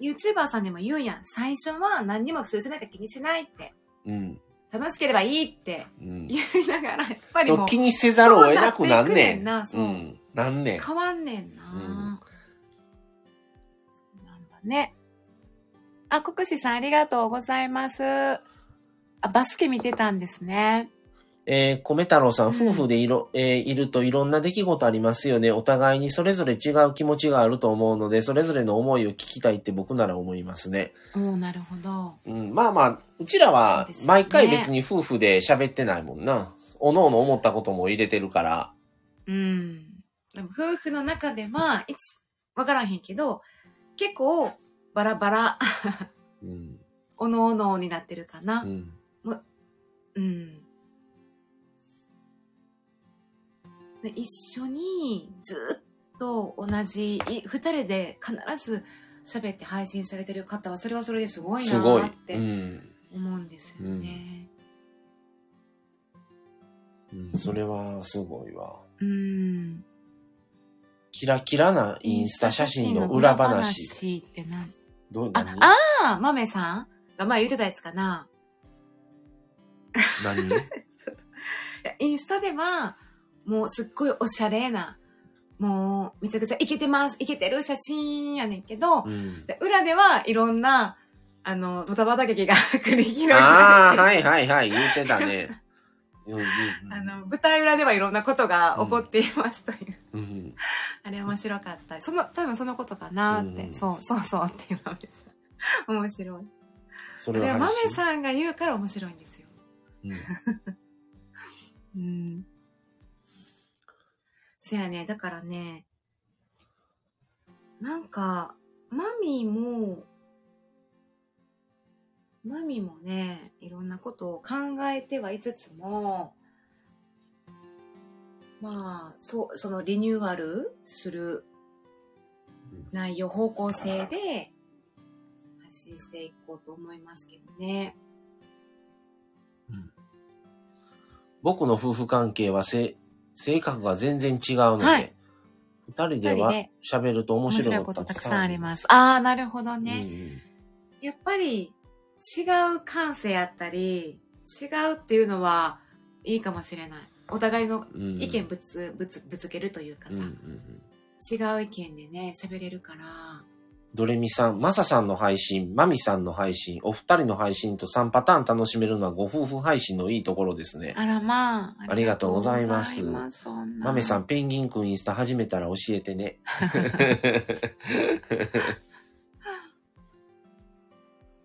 YouTuber さんでも言うやん。最初は何にも数字なんか気にしないって。
うん。
楽しければいいって
うん。
言いながら、やっぱり
で
も
も
う
気にせざるを得なくな
そうなっ
ん
ていく
ね
ねん
ん。
なそう
うん。なんねん。
変わんねんな。そうなんだね。
あ、国士さんありがとうございます。あ、バスケ見てたんですね。
えー、米太郎さ
う
ん、
ん
夫婦でいろ、えーいるといろんな出来事ありますよね。お互いにそれぞれ違う気持ちがあると思うので、それぞれの思いを聞きたいって僕なら思いますね。
おーなるほど。
うん、まあまあ、うちら
そう
は
ですね
毎回別に夫婦で喋ってないもんな。おのおの思ったことも入れてるから。
うん。でも夫婦の中では、いつ、わからんへんけど、結構、バラバラ、
うん。
おのおのになってるかな
う。ん。
うん。で一緒にずっと同じ、い二人で必ず喋って配信されてる方は、それはそれですごいな
すごい
ーっ。
う
て
ん。
思うんですよね。
うんそれはすごいわ。
うん。
キラキラなインスタ写真の裏話。
インスタ写真の裏話ってなん
どう
あ
何、
ああ、マメさんが前言ってたやつかな。
何
いやインスタでは、もうすっごいおしゃれな、もうめちゃくちゃイケてます、イケてる写真やねんけど、
うん。
で裏ではいろんな、あの、ドタバタ劇が繰り広げら
あ
れて、
あ、はいはいはい、言ってたね。 うんうんうん
あの、舞台裏ではいろんなことが起こっていますという。
うん
あれ面白かった。その、多分そのことかなって。
うん
そう、そうそうって、マメさん。面白い。
そ
こ
れ
れ
は
はマ
話
メさんが言うから面白いんですよ。
う
う
ん
ん。せやね、だからね、なんか、マミも、マミもね、いろんなことを考えてはいつつも、まあ、そう、そのリニューアルする
うん
内容、方向性で発信していこうと思いますけどね。
僕の夫婦関係はせ性格が全然違うので、
はい
二人で
二人
は
で
喋ると面
面
白
白
い
い
こ
ことと
た
たく
くさ
さ
ん
ん
あ
あ
り
り
ま
ますす。ああ、なるほど
うん
ね。
やっぱり違う感性やったり、違うっていうのはいいかもしれない。お互いの
うんうん
意見ぶつ、ぶつ、ぶつけるというかさ、
うんうんうん
違う意見でね、喋れるから、
ドレミさん、マサさんの配信、マミさんの配信、お二人の配信と3パターン楽しめるのはご夫婦配信のいいところですね。
あらまあ。
ありがとうございま
あ
す
りがとうございます。そんな
マメさん、。ペンギンくんインスタ始めたら教えてね。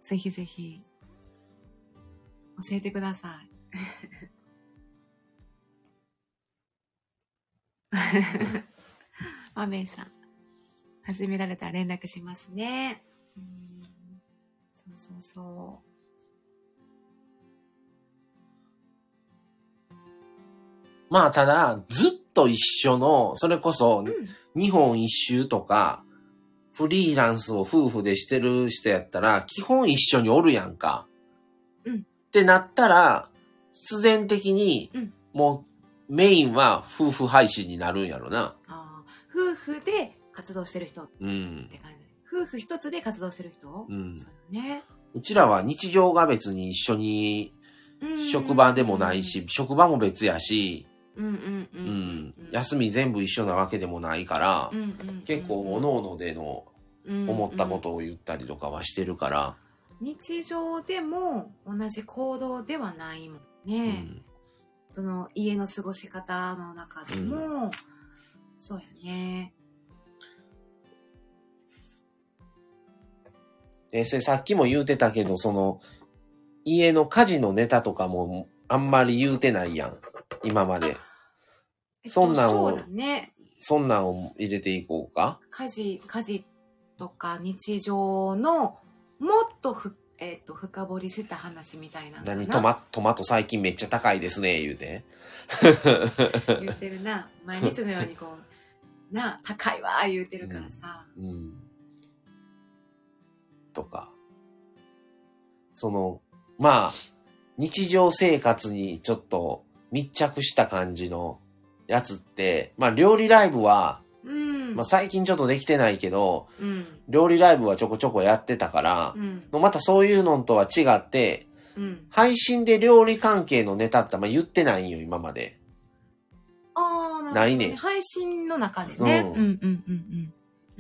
ぜひぜひ。
教えてください。
マメさん。
始められたら連絡しますね。うんそうそうそう。
まあ、ただ、ずっと一緒の、それこそ
う、ん
日本一周とか、フリーランスを夫婦でしてる人やったら、基本一緒におるやんか。
うん
ってなったら、必然的に
うん、
もう、メインは夫婦配信になるんやろな。
あー夫婦で活動してる人っ
うん。
て感じ。夫婦一つで活動してる人、
うん
そうよね。
うちらは日常が別に一緒に、
うん
職場でもない。し、職場も別やし、
うんうんう。
うんん。休み全部一緒なわけでもないから、
うんうんうん
結構、各々での思ったことを言ったりとかはしてるから、
日常でも同じ行動ではないもん
う
ね、
ん。
その家の過ごし方の中でも、そうやね
えーそれさっきも言うてたけど、その、家の家事のネタとかもあんまり言うてないやん。今まで。
えっと
そんなんを
そうだね
そんなんを入れていこうか。
家事家事とか日常のもっとふ、えっと深掘りした話みたいなのかな
何トマ、トマト最近めっちゃ高いですね、言うて。
言ってるな毎日のように こうなあ高いわ言うてるからさ、
うん。とか、その、まあ、日常生活にちょっと密着した感じのやつって、まあ料理ライブは、
うん。
まあ最近ちょっとできてないけど、
うん。
料理ライブはちょこちょこやってたから
う、ん。
またそういうのとは違って、
うん。
配信で料理関係のネタってあんま言ってないんよ、今まで。
ああ、るほど
ないね
配信の中でね。
うん
うんうんうんうん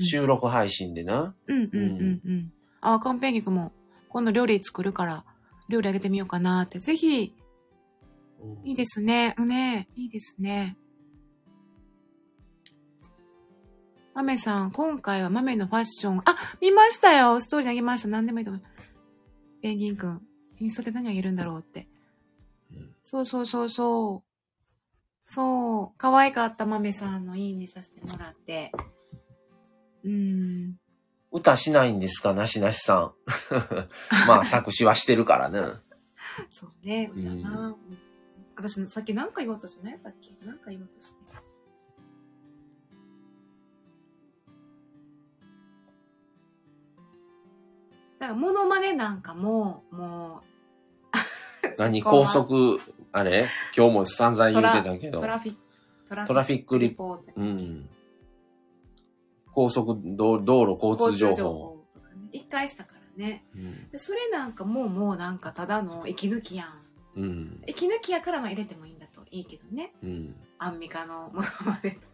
収録配信でな。
うん。うんうんうんうん。ああ、カンペンギクも、今度料理作るから、料理あげてみようかなって。ぜひ、いいですね。ねいいですね。豆さん、今回は豆のファッション。あ、見ましたよストーリー投げました。何でもいいと思います。ペンギンくん、インスタで何あげるんだろうって
うん。
そうそうそうそう。そう、可愛かった豆さんのいいねさせてもらって。うん。
歌しないんですか、なしなしさん。 まあ作詞はしてるからね。
そうね、
うん
だな。私、さっき何か言おうとしてないさっき。何か言おうとしてない。だから、モノマネなんかも、もう、
何
そこは
高速、あれ今日も散々言ってたけど
ト。ラフィック、トラ
トラフィックリ
ポート。
うん。高速道道路交通情報。
とかね。一回したからね。
うん。
でそれなんかもう、もうなんかただの息抜きやん。
うん。
息抜きやからは入れてもいいんだといいけどね。
うん。
アンミカのものまねとか。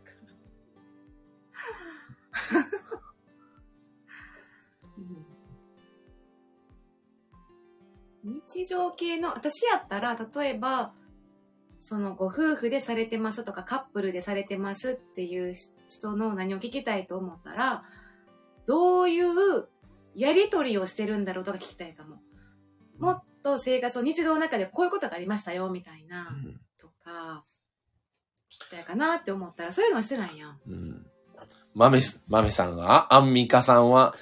うん日常系の、私やったら、例えば、そのご夫婦でされてますとかカップルでされてますっていう人の何を聞きたいと思ったら、どういうやりとりをしてるんだろうとか聞きたいかも。もっと生活を日常の中でこういうことがありましたよみたいな。とか、聞きたいかなって思ったら、そういうのはしてないやん。
うん。豆す、豆さんが、あアンミカさんは、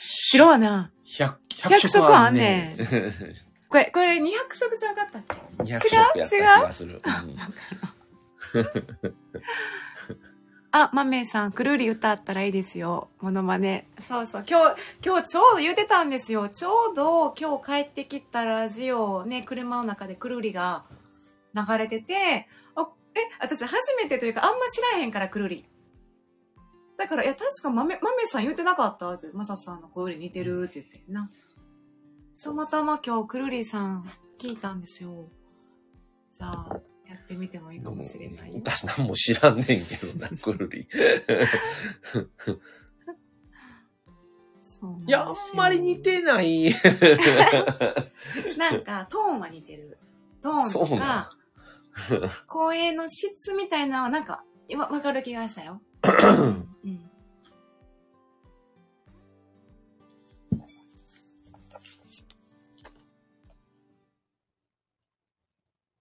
白はな、
100、
100
100色あんねん。
これ、これ200色じゃなかったっけ
200色やった気がする。
あ、マメさん、くるり歌ったらいいですよ。モノマネ。そうそう。今日、今日ちょうど言ってたんですよ。ちょうど今日帰ってきたラジオ、ね、車の中でくるりが流れてて、あえ、私初めてというか、あんま知らへんから、くるり。だから、いや、確かマメ、マメさん言ってなかったって、マサさんの声より似てるって言ってんな。たまたま今日、くるりさん聞いたんですよ。じゃあ、やってみてもいいかもしれないよ。
私何も知らんねんけどな、くる り。
そうなんで
い
すよ
や、あんまり似てない。
なんか、トーンは似てる。トーン
そ
と
うなん
か、声の質みたいなのはなんか、わ、わかる気がしたよ。うん。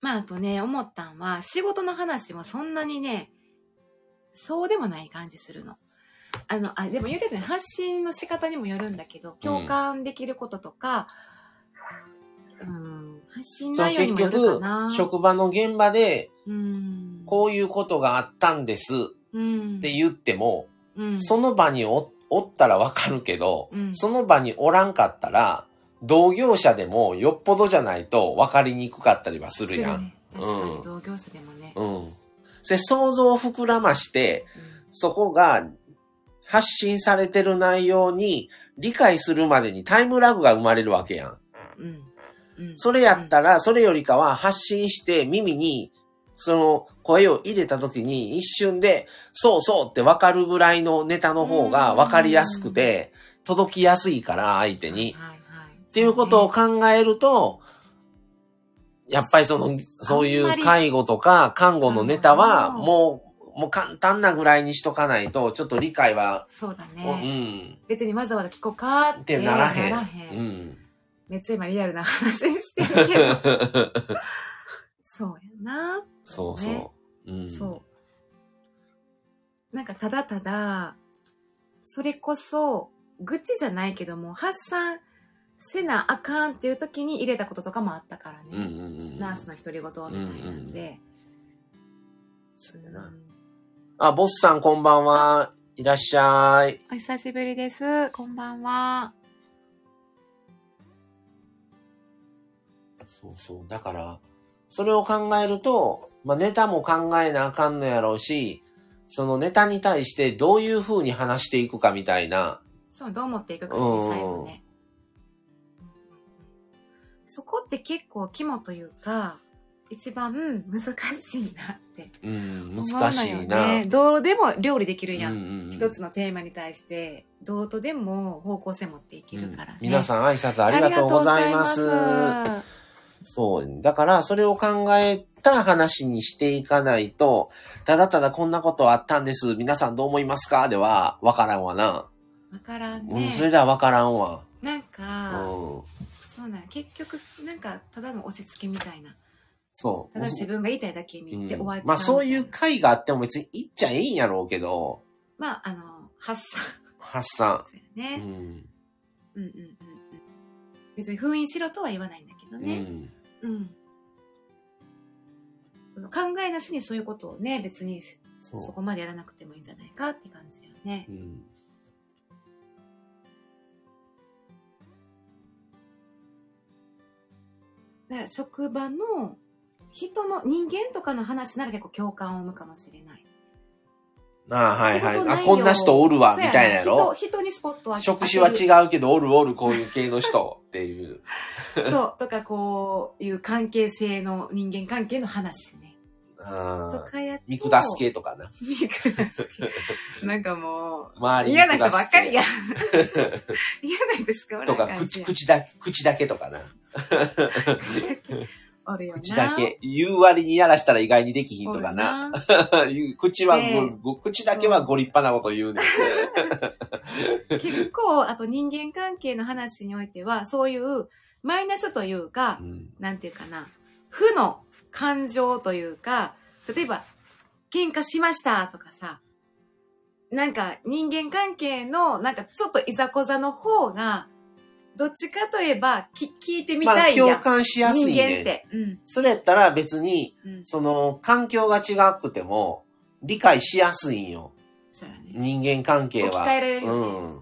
まあ、あとね、思ったんは、仕事の話もそんなにね、そうでもない感じするの。あの、あ、でも言うてたね、発信の仕方にもよるんだけど、共感できることとか、うん、発信
そう
内容に
結
もよるか
局
な。、
職場の現場で、
うん。
こういうことがあったんです
うん。
って言っても、
うん、
その場におおったらわかるけど、
うん
その場におらんかったら、同業者でもよっぽどじゃないと分かりにくかったりはするやん。
ね。確か
う
に
ん
同業者でもね。
うん。で、想像を膨らまして、そこが発信されてる内容に理解するまでにタイムラグが生まれるわけやん。
うん。うん。
それやったら、それよりかは発信して耳に、その声を入れた時に一瞬で、そうそうってわかるぐらいのネタの方がわかりやすくて、届きやすいから相手に。
はいはい。っ
っていうことを考えると、やっぱりその、そうい
あんま
う
り
介護とか看護のネタは、
うん
もう、もう簡単なぐらいにしとかないと、ちょっと理解は、
そうだ
う
ね。
ん、
別にわざわざ聞こうかっ
って
て
ならへん。
ならへん
うん。
めっちゃ今リアルな話してるけど。そうやな。
そうそう。うん。
そう。なんかただただ、それこそ、愚痴じゃないけども、発散せなあかんっていう時に入れたこととかもあったからね。
うんうんうん。
ナースの独り言みたいなんで。
そう
う
や
ん
なあ、ボスさんこんばんは。いらっしゃい。
お久しぶりです。こんばんは。
そうそう。だから、それを考えると、まあ、ネタも考えなあかんのやろうし、そのネタに対してどういう風に話していくかみたいな、
そう、どう思っていくかね、最後ね。
そこって結構肝というか、一番難しいなって
うん、
思うのよね。
難しいな。
どうでも料理できるやん。
ん
一つのテーマに対して、どうとでも方向性持っていけるからね。
皆さん挨拶あ
あ
りがとうございます
り。がとうございます
そう。だから、それを考えた話にしていかないと、ただただこんなことあったんです。皆さんどう思いますかでは、わからんわな。
わからん
うん、それ
ね。
ではわからんわ。
なん
う
か、
ん。
そうなの結局なんかただの落ち着きみたいな
そう。
ただ自分が言いたいだけに言って終わっちゃう、
まあそういう会があっても別に行っちゃええんやろうけど、
まああの発散
発散。
ですよ
う
ね、
ん。
うん、うんうんうん別に封印しろとは言わないんだけど
う
ね、
ん。
うん。
その考えなしにそういうことをね別に
そ
そこまでやらなくてもいいんじゃないかって感じよね
う。うん。
だから職場の人の人間とかの話なら結構共感を生むかもしれない。
ああ、はいはい
仕。事
あ、
内容
こんな人おるわ、
そ
み
うやな
たいなやろ。
人人にスポットを当て
職種は
当てる
違うけど、おるおる、こういう系の人っ ていう。
そう、とかこういう関係性の人間関係の話ね。
あ
と
あ
かやっ
見下す系とかな。
見下す系。なんかも
周
う、
り
嫌な人ばっかり
や。
が。 嫌な人しかおら
と
ん
か、
感じ
口、。口だけ、口だけとかな。
おるよな。
口だ。け。言う割にやらしたら意外にできひんとかな。
な。
いう 口は
ねえ
ご、ご口だけはご立派なこと言うねん。
結構、あと人間関係の話においては、そういうマイナスというか、
うん
なんていうかな、負の感情というか、例えば、喧嘩しましたとかさ、なんか人間関係の、なんかちょっといざこざの方が、どっちかといえば、き、聞いてみ
ま
た
あ、
いやん。
共感しやすい
人間っ
ねん。
て。うん。
それやったら別に、
うん。
その、環境が違くても、理解しやすいんよ。
そうやね。
人間関係は。
置き換えられるよね
うん。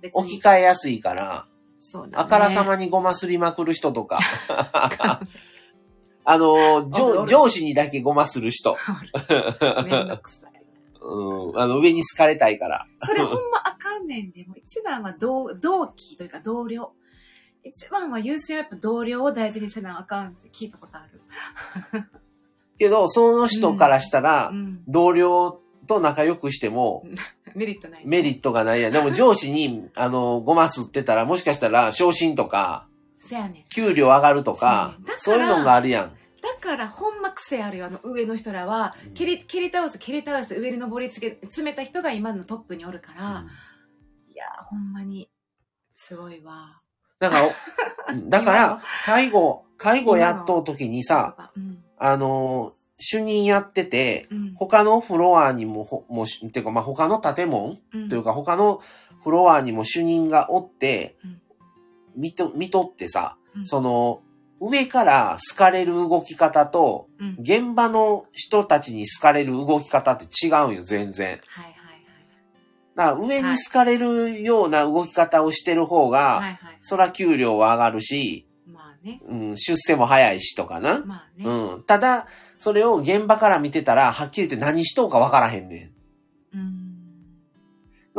別に
置き換えやすいから、
そうだね。
あからさまにごますりまくる人 とか。あの、
おるお
上
る
上司にだけごまする人。
めんどくさい。
うん。あの、上に好かれたいから。
それほんまあかんねんで、もう一番は同同期というか同僚。一番は優先はやっぱ同僚を大事にせなあかんって聞いたことある。
けど、その人からしたら、
うん。
同僚と仲良くしても、
メリットない。
メリットがないやん。でも上司に、あの、ごますってたら、もしかしたら、昇進とか、
せやねん。
給料上がるとか、
そ
そうう
ねだから
いうのがあるやん。
だからほんま癖あるよ、あの上の人らは
うん。
蹴り、蹴り倒す、蹴り倒す、上に登りつけ、詰めた人が今のトップにおるから、いやーほんまに、すごいわ。
だか ら、おだから、介護、介護やっとう時にさ、
うん。
あのー、主任やってて、
うん。
他のフロアにも、ほもうし、てか、まあ、他の建物
うん
というか、他のフロアにも主任がおって
うん、
見と、見とってさ
う、ん
その、上から好かれる動き方と、
うん。
現場の人たちに好かれる動き方って違うんよ、全然。
はいはいはい。
だから上に好かれるような動き方をしてる方が、
はいはい。
そら給料は上がるし、
まあね。
うん、出世も早いしとかな。
まあね。
うん。ただ、それを現場から見てたら、はっきり言って何しとうかわからへんねん。
う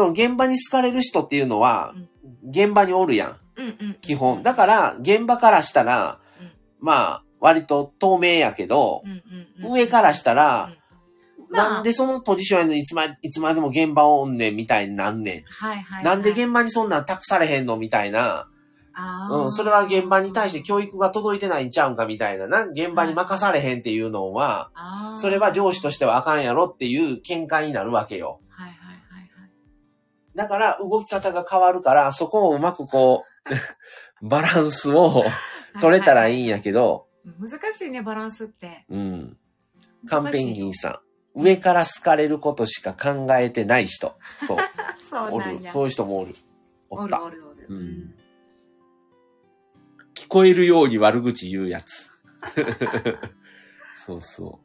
ん。
でも現場に好かれる人っていうのは
うん、
現場におるやん、
うんうん。
基本。だから、現場からしたら
うん、
まあ、割と透明やけど、
うんうんうん、
上からしたら、
うんまあ
なんでそのポジションやのにいつま、いつまでも現場おんねんみたいになんねん。
はいはいはい、
なんで現場にそんなん託されへんのみたいな。
あー
うん、それは現場に対して教育が届いてないんちゃうんかみたいな。な、現場に任されへんっていうのは、
あー
それは上司としてはあかんやろっていう見解になるわけよ。
はいはいはいはい。
だから動き方が変わるから、そこをうまくこう、 バランスを取れたらいいんやけど、
難しいね、バランスって。
うん。カン
難
ペ
し
ン
い
ギ
よ
ンさん。上から好かれることしか考えてない人。そう。
そう
お
なん
る。
や。
そういう人もおる。お
お
った
る。おるおる。
うん聞こえるように悪口言う やつ。そうそ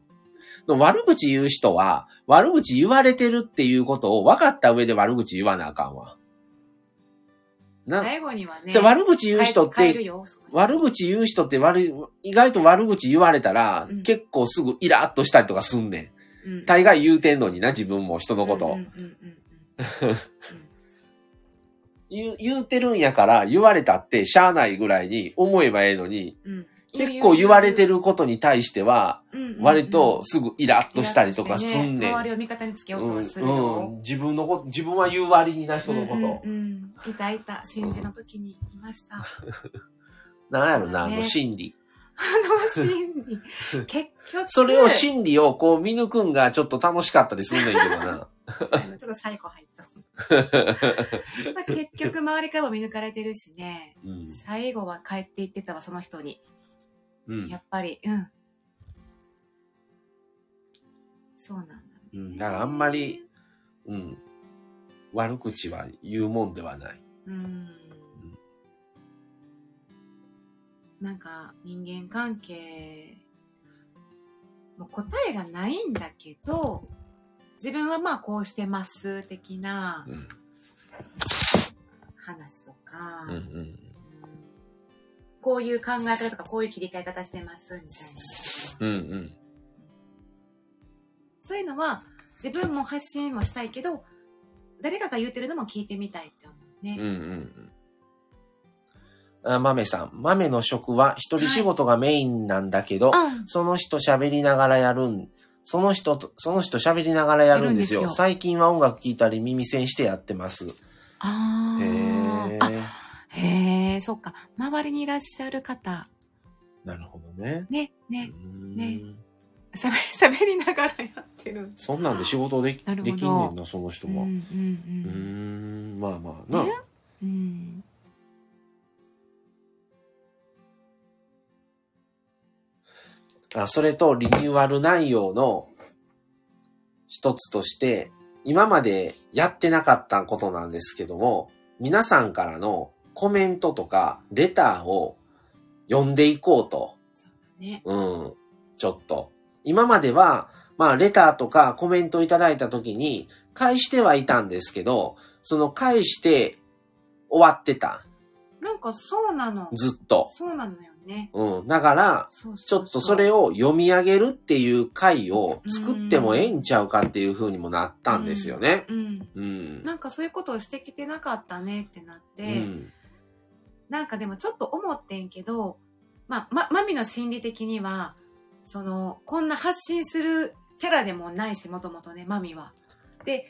う。でも悪口言う人は、悪口言われてるっていうことを分かった上で悪口言わなあかんわ。な、
最後にはね。
それ悪口言う人っ
変え変え
て
る、よその人
悪口言う人って悪い、意外と悪口言われたら、
うん
結構すぐイラっとしたりとかすんね
うん
ん。大概言うてんのにな、自分も人のこと。
うんうんうんうん
言う言うてるんやから、言われたってしゃあないぐらいに思えばええのに、
うんうん
結構言われてることに対しては、
うんうんうん
割とすぐイラッとしたりとかすんねん。
周りを味方につけよ
う
うと
ん
はするの。
うん自分のこと、自分は言う割にな人のこ
う
と。
んうんうんいたいた、新人の時にいま した。あ
なんやろな、あ
ね
の心理。
の心理。結局、
それを
ち
心理をこう見抜くんがちょっと楽しかったりすんねんけど な。
ょっと最後入 った。まあ結局、周りからも見抜かれてるしね。
うん。
最後は帰っていってたわ、その人に。
うん
やっぱり、うん。そうなんだね。
うんだからあんまりうん。悪口は言うもんではない。
うん。なんか人間関係、もう答えがないんだけど、自分はまあこうしてます的な
うん。
話とか、
うんうん。
こういう考え方とかこういう切り替え方してますみたいな。
うんうん。
そういうのは自分も発信もしたいけど、誰かが言ってるのも聞いてみたいって思うね。
うんうんうん。あ、豆さん。豆の職は一人仕事がメインなんだけど、
あ
その人喋りながらやるん、その人と、その人喋りながらやるんですよ。
やるんです
最近は音楽聴いたり耳栓してやってます。へ
あ
え
ー。あ。へえ、そっか。周りにいらっしゃる方。
なるほどね。
ね、
う
ね、
ん
ね しゃべしゃべりながらやってる。
そんなんで仕事でき
なるほ
で
ど
きんねんな、その人
うんう
は。うんー
うん
ん、まあまあな。
ねうん。
あ、それとリニューアル内容の一つとして、今までやってなかったことなんですけども、皆さんからのコメントとかレターを読んでいこうと。
ね。
うん、ちょっと。今までは、まあ、レターとかコメントいただいた時に、返してはいたんですけど、その返して終わってた。
なんかそうなの。
ずっと。
そうなのよね。
うん。だから、
そう
ち
そ
ょ
う
っとそれ
を
を読み上げるっていう回を作ってもええんちゃうかっていう風にもなったんですよね。
うん。
うん。
なんかそういうことをしてきてなかったねってなっ
う
て、
ん。
なんかでもちょっと思ってんけど、まあ、ま、マミの心理的には、その、こんな発信するキャラでもないし、もともとね、マミは。で、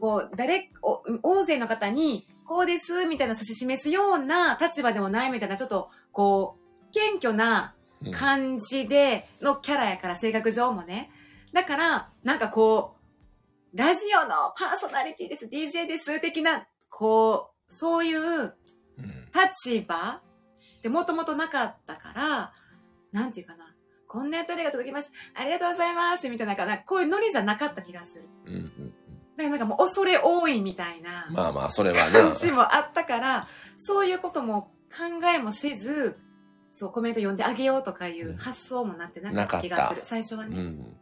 こう、誰、お大勢の方に、こうです、みたいな指し示すような立場でもないみたいな、ちょっと、こう、謙虚な感じでのキャラやから、性格上もね。だから、なんかこう、ラジオのパーソナリティです、DJ です、的な、こう、そういう
うん
立場ってもともとなかったから、なんていうかな。こんなやりとりが届きます。ありがとうございます。みたいな、なんかこういうノリじゃなかった気がする。
うんうん
だからなんかもう恐れ多いみたいな
まあまあ、それはな
感。じもあったから、そういうことも考えもせず、そう、コメント読んであげようとかい
うん
う発想もなってなかった気がす
なかっ
る。
た
最初は
う
ね。
ん。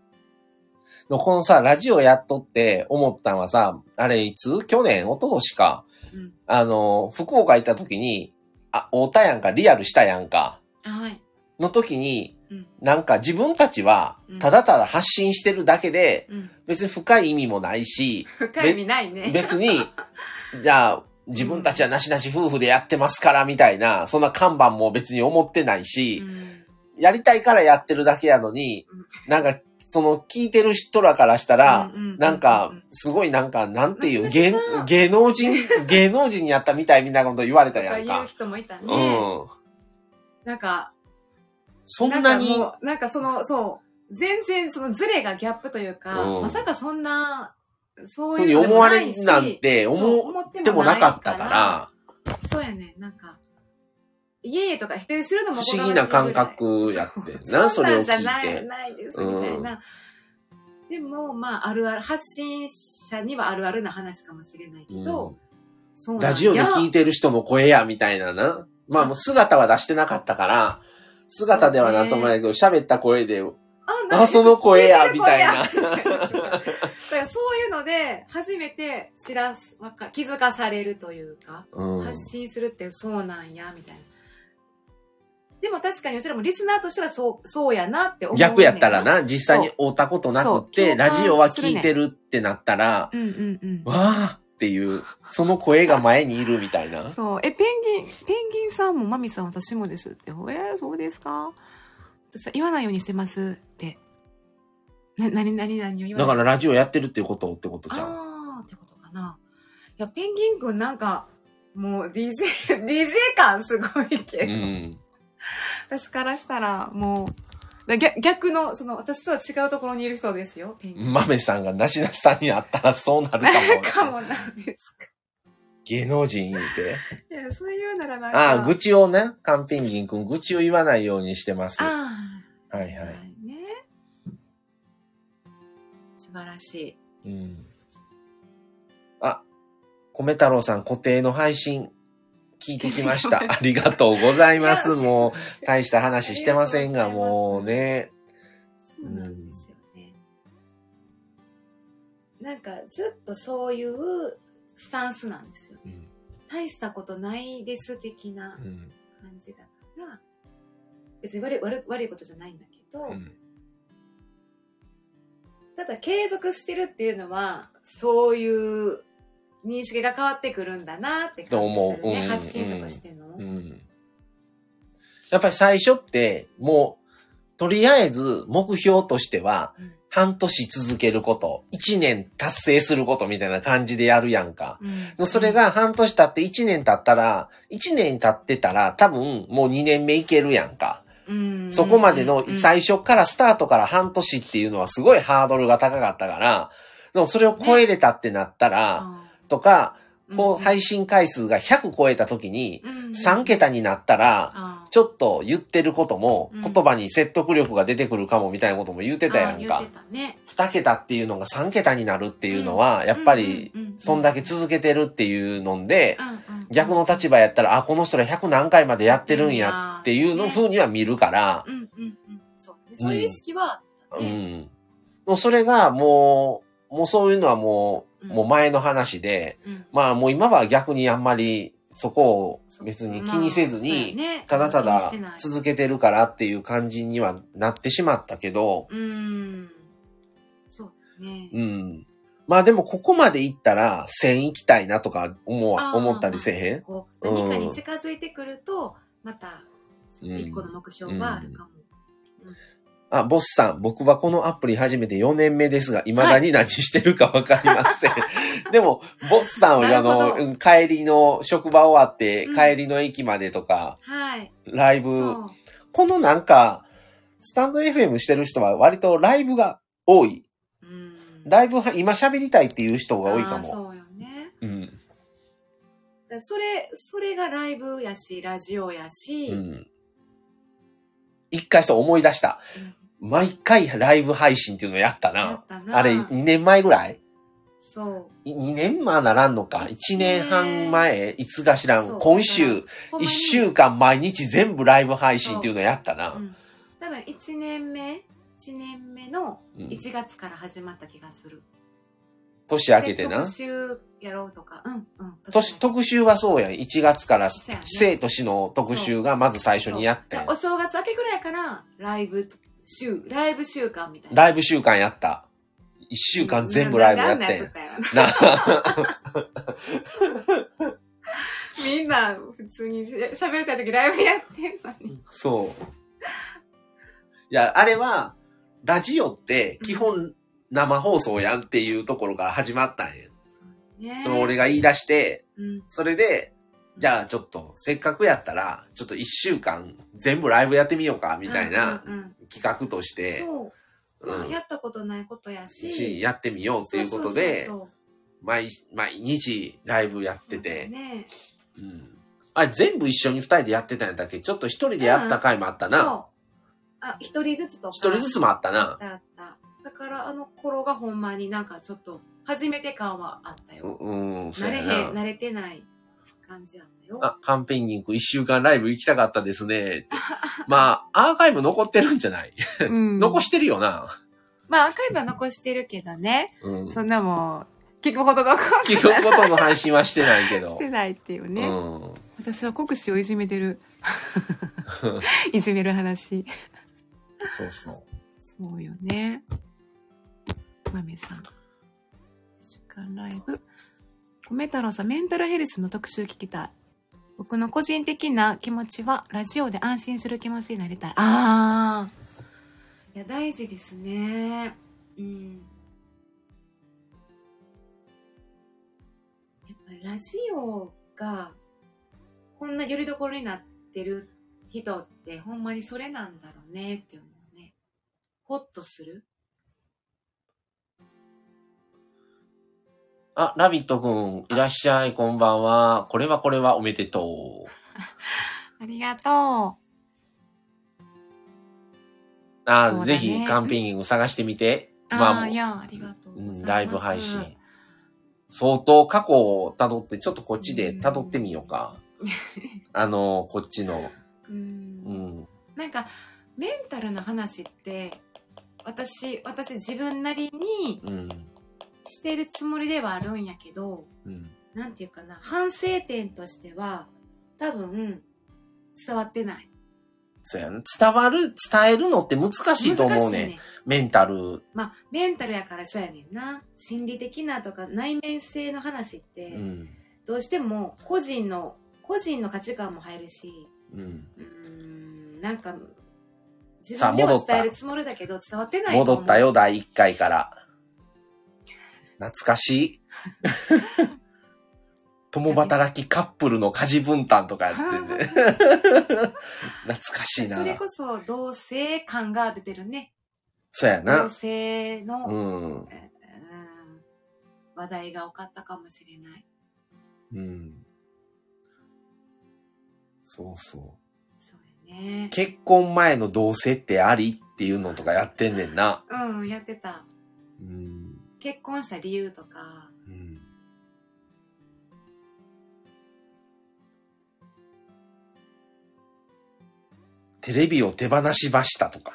でもこのさ、ラジオやっとって思ったのはさ、あれいつ去年一昨年か。
うん。
あの、福岡行った時に、あ、会うたやんか、リアルしたやんか。
はい。
の時に、
うん
なんか自分たちは
うん、
ただただ発信してるだけで、
うん。
別に深い意味もないし、
深い意味ないね。
別に、じゃあ、自分たちはなしなし夫婦でやってますから、みたいな、そんな看板も別に思ってないうし、
ん。
やりたいからやってるだけやのに
うん、
なんか、その聞いてる人らからしたら、
ううう
なんか、すごいなんか、なんていう、
なしなし
芸
さ、
芸 能人、芸能人やったみたいみたいなこと言われ
と
た
か
や
言
ん
う
か。
人もいた
う
ね。
ん。
なんか、
そんなに、
んかもうなんかその、そう、全然そのズレがギャップというか、
うん
まさかそんな、そう
ふう
い
に
うので
思
も
わ
な
れ
い
ん
し
なんて
そう
思
思って
ってもなかった
も
から、
ら。そうやね、なんか、いえいえとか否定するのも
不思議な感覚やってんな、そ
そん
れ
な
を
んじ
聞
ゃないい、
て。
ないです、
うん
みたいな。でも、まあ、あるある、発信者にはあるあるな話かもしれないけど、
うん
そうなんや
ラジオで聞いてる人の声や、みたいなな。まあもう姿は出してなかったから、姿ではなんともないけど、喋った声で、
あ、なんか
あ、その声や、
聞い
み
てる声
たいな。
だからそういうので、初めて知らす、わか、気づかされるというか、
うん。
発信するってそうなんや、みたいな。でも確かにうちらもリスナーとしたらそう、そうやなって思う、ねんな。
逆やったらな、実際に会ったことなくっ
そ
て、
う
ラジオは聞いてるってなったら、
うんうんうん。
わーっていう、その声が前にいるみたいな。
そう。え、ペンギン、ペンギンさんもマミさん私もですって。えー、そうですか私は言わないようにしてますって。な、なになになにを言わ
だ
な
か
い
らラジオやってるっていうことってことじゃん。
あーってことかな。いや、ペンギンくんなんか、もう DJ、DJ 感すごいけ
う
ど、
ん。
私からしたら、もう、だ逆逆の、その、私とは違うところにいる人ですよ、ペンギン。
豆さんがなしなしさんに会ったらそうなるかも。
かもなんですか。
芸能人言うて。
いや、そういうならなんか。
ああ、愚痴をね、カンペンギンくん、愚痴を言わないようにしてます。は
あ
いは
あ
い。
ね。
素晴らしい。
うん。あ、米太郎さん固定の配信、聞いてきました。 ありがとうございます。
いや
もう、大した話してませんが、
ありがとう
も
ございます
うね。
そうなんですよね。なんかずっとそういうスタンスなんですよ。
うん
大したことないです的な
うん
感じだから、別に悪い悪い悪いことじゃないんだけど、
うん
ただ継続してるっていうのは、そういう認識が変わってくるんだなって感じする
と思うう
ね。
ん
発信者としての。
うんやっぱり最初って、もう、とりあえず目標としては
うん、
半年続けること、1年達成することみたいな感じでやるやんか。
うん
それ、が半年経って1年経ったら、1年経ってたら多分もう2年目いけるやんか。
うん
そこまでの
うん
最初からスタートから半年っていうのはすごいハードルが高かったから、でもそれを超えれたってなったら、とか、こう配信回数が100超えた時に、3桁になったら、
あ
ちょっと言ってることも、
うん
言葉に説得力が出てくるかもみたいなことも言って
ー
たやん
あ
か
ー言っ。てたね
2桁っていうのが3桁になるっていうのは、やっぱり、
うううう
そんだけ続けてるっていうので、
うんうん
逆の立場やったら、あ、この人ら100何回までやってるんやっていうの
ね
風には見るから、
うんうんうん
そうねそういう意識は、
う
ね
ん。もうそれがもう、もうそういうのはも
う
う、
ん
もう前の話で、
うん
まあもう今は逆にあんまりそこを別に気にせず
まあそう
に
や、ね
ただた
気に
だ
してない
続けてるからっていう感じにはなってしまったけど、
うーんそうね
うん。まあでもここまで行ったら1000行きたいなとか思
あ
わ
ー
思ったりせえへん
こう
うん
何かに近づいてくると、また、
うん
一個の目標はあるかも。
あ、ボスさん、僕はこのアプリ始めて4年目ですが、未だに何してるかわかりま せん。でも、ボスさんは、
な
あ
るほど
の、うん帰りの、職場終わって
う、ん
帰りの駅までとか、
はい。
ライブ、
そう。
このなんか、スタンド FM してる人は割とライブが多い。
うん
ライブは今喋りたいっていう人が多いか
あー
も。
そうよね。
うん。
だからそれ、それがライブやし、ラジオやし、
うん。一回そう思い出した。毎回ライブ配信っていうのやった
だ
な
っ。たな。
あれ、2年前ぐらい
そう。
い2年前ならんのか。1年半前、いつか知ら。
そうん
今
だ
週、
ほんま
1
に
週間毎日全部ライブ配信っていうのやったな
う。ん
多分1年目、1年目の
うん
1月から始まった気がする。
年明けて
で
な
特。集やろうとか、うんうん。
年、特集はそうやん。1月から
そうやね
生と死の特集がまず最初にやって
だ。お正月明けぐらいから、ライブ週、ライブ週間みたいな。
ライブ週間やった。1週間全部ライブやっ
な
て
なん
ん。
たよな
な、
みんな、普通に喋りたい時ライブやってんのに。
そう。いや、あれは、ラジオって基本生放送やんっていうところから始まったんや。
ね
その俺が言い出して、
うん。
それで、じゃあちょっと、せっかくやったら、ちょっと一週間全部ライブやってみようか、みたいな
うんうんうん
企画として、
そう。
うん
やったことないことやし。
しやってみようっていうことで
そう、そうそう
毎毎日ライブやっ
そう
てて、
ね
うん。あれ全部一緒に二人でやってたんやったっけちょっと一人でやった回もあった
そ
な。
う。あ、一人ずつとか。
一人ずつもあった
あっ
な。
たあった。だからあの頃がほんまになんかちょっと、初めて感はあった
う
よ。
うん、そ
慣
う
れ
や
へん、
な。
慣れてない感じあったよ。
あ、カンペンギンくん一週間ライブ行きたかったですね。まあ、アーカイブ残ってるんじゃない
うん
残してるよな。
まあ、アーカイブは残してるけどね。
うん。
そんなもう、聞くほど残
聞くことの配信はしてないけ
し
ど。
てないっていうね。
うん。
私は国士をいじめて る。いじめる話。
そうそう。
そうよね。豆さん。時間ライブ。米太郎さん、メンタルヘルスの特集聞きたい。僕の個人的な気持ちは、ラジオで安心する気持ちになりたい。あー。いや、大事ですね。うん。
やっぱラジオがこんなよりどころになってる人ってほんまにそれなんだろうねって思うね。ほっとする。
あ、ラビットくん、いらっしゃい、こんばんは。これはこれはおめでとう。
ありがとう。
あ
そうだね
ー、ぜひ、カンペンギン探してみて。
あ
ま
ー、
あ
いや、ありがとう
う
ございます。
ん、ライブ配信。相当過去を辿って、ちょっとこっちで辿ってみよ うか。あの、こっちの。
う。
うんん。
なんか、メンタルの話って、私、私自分なりに
うん。
してるつもりではあるんやけど、
うん。
なんていうかな、反省点としては、多分、伝わってない。
そうやん伝わる、伝えるのって難しいと思うね。
難しい
メンタル。
まあ、メンタルやからそうやねんな。心理的なとか内面性の話って、
うん。
どうしても個人の、個人の価値観も入るし、
うん。
うーん、なんか、自
さあ
分では
戻った
伝えるつもりだけど伝わってないと思う
戻った。よ、第1回から。懐かし い。共働きカップルの家事分担とかやって ね。懐かしいな
そ。れこそ同性感が出てるね。
そうや
同
な。
性の、う
うん。
ーん話題が多かったかもしれない。
うん。そうそう。
そうやね。
結婚前の同棲ってありっていうのとかやってんねんな。
うん、やってた。
うん。
結婚した理由とか、
うん。テレビを手放しましたと か。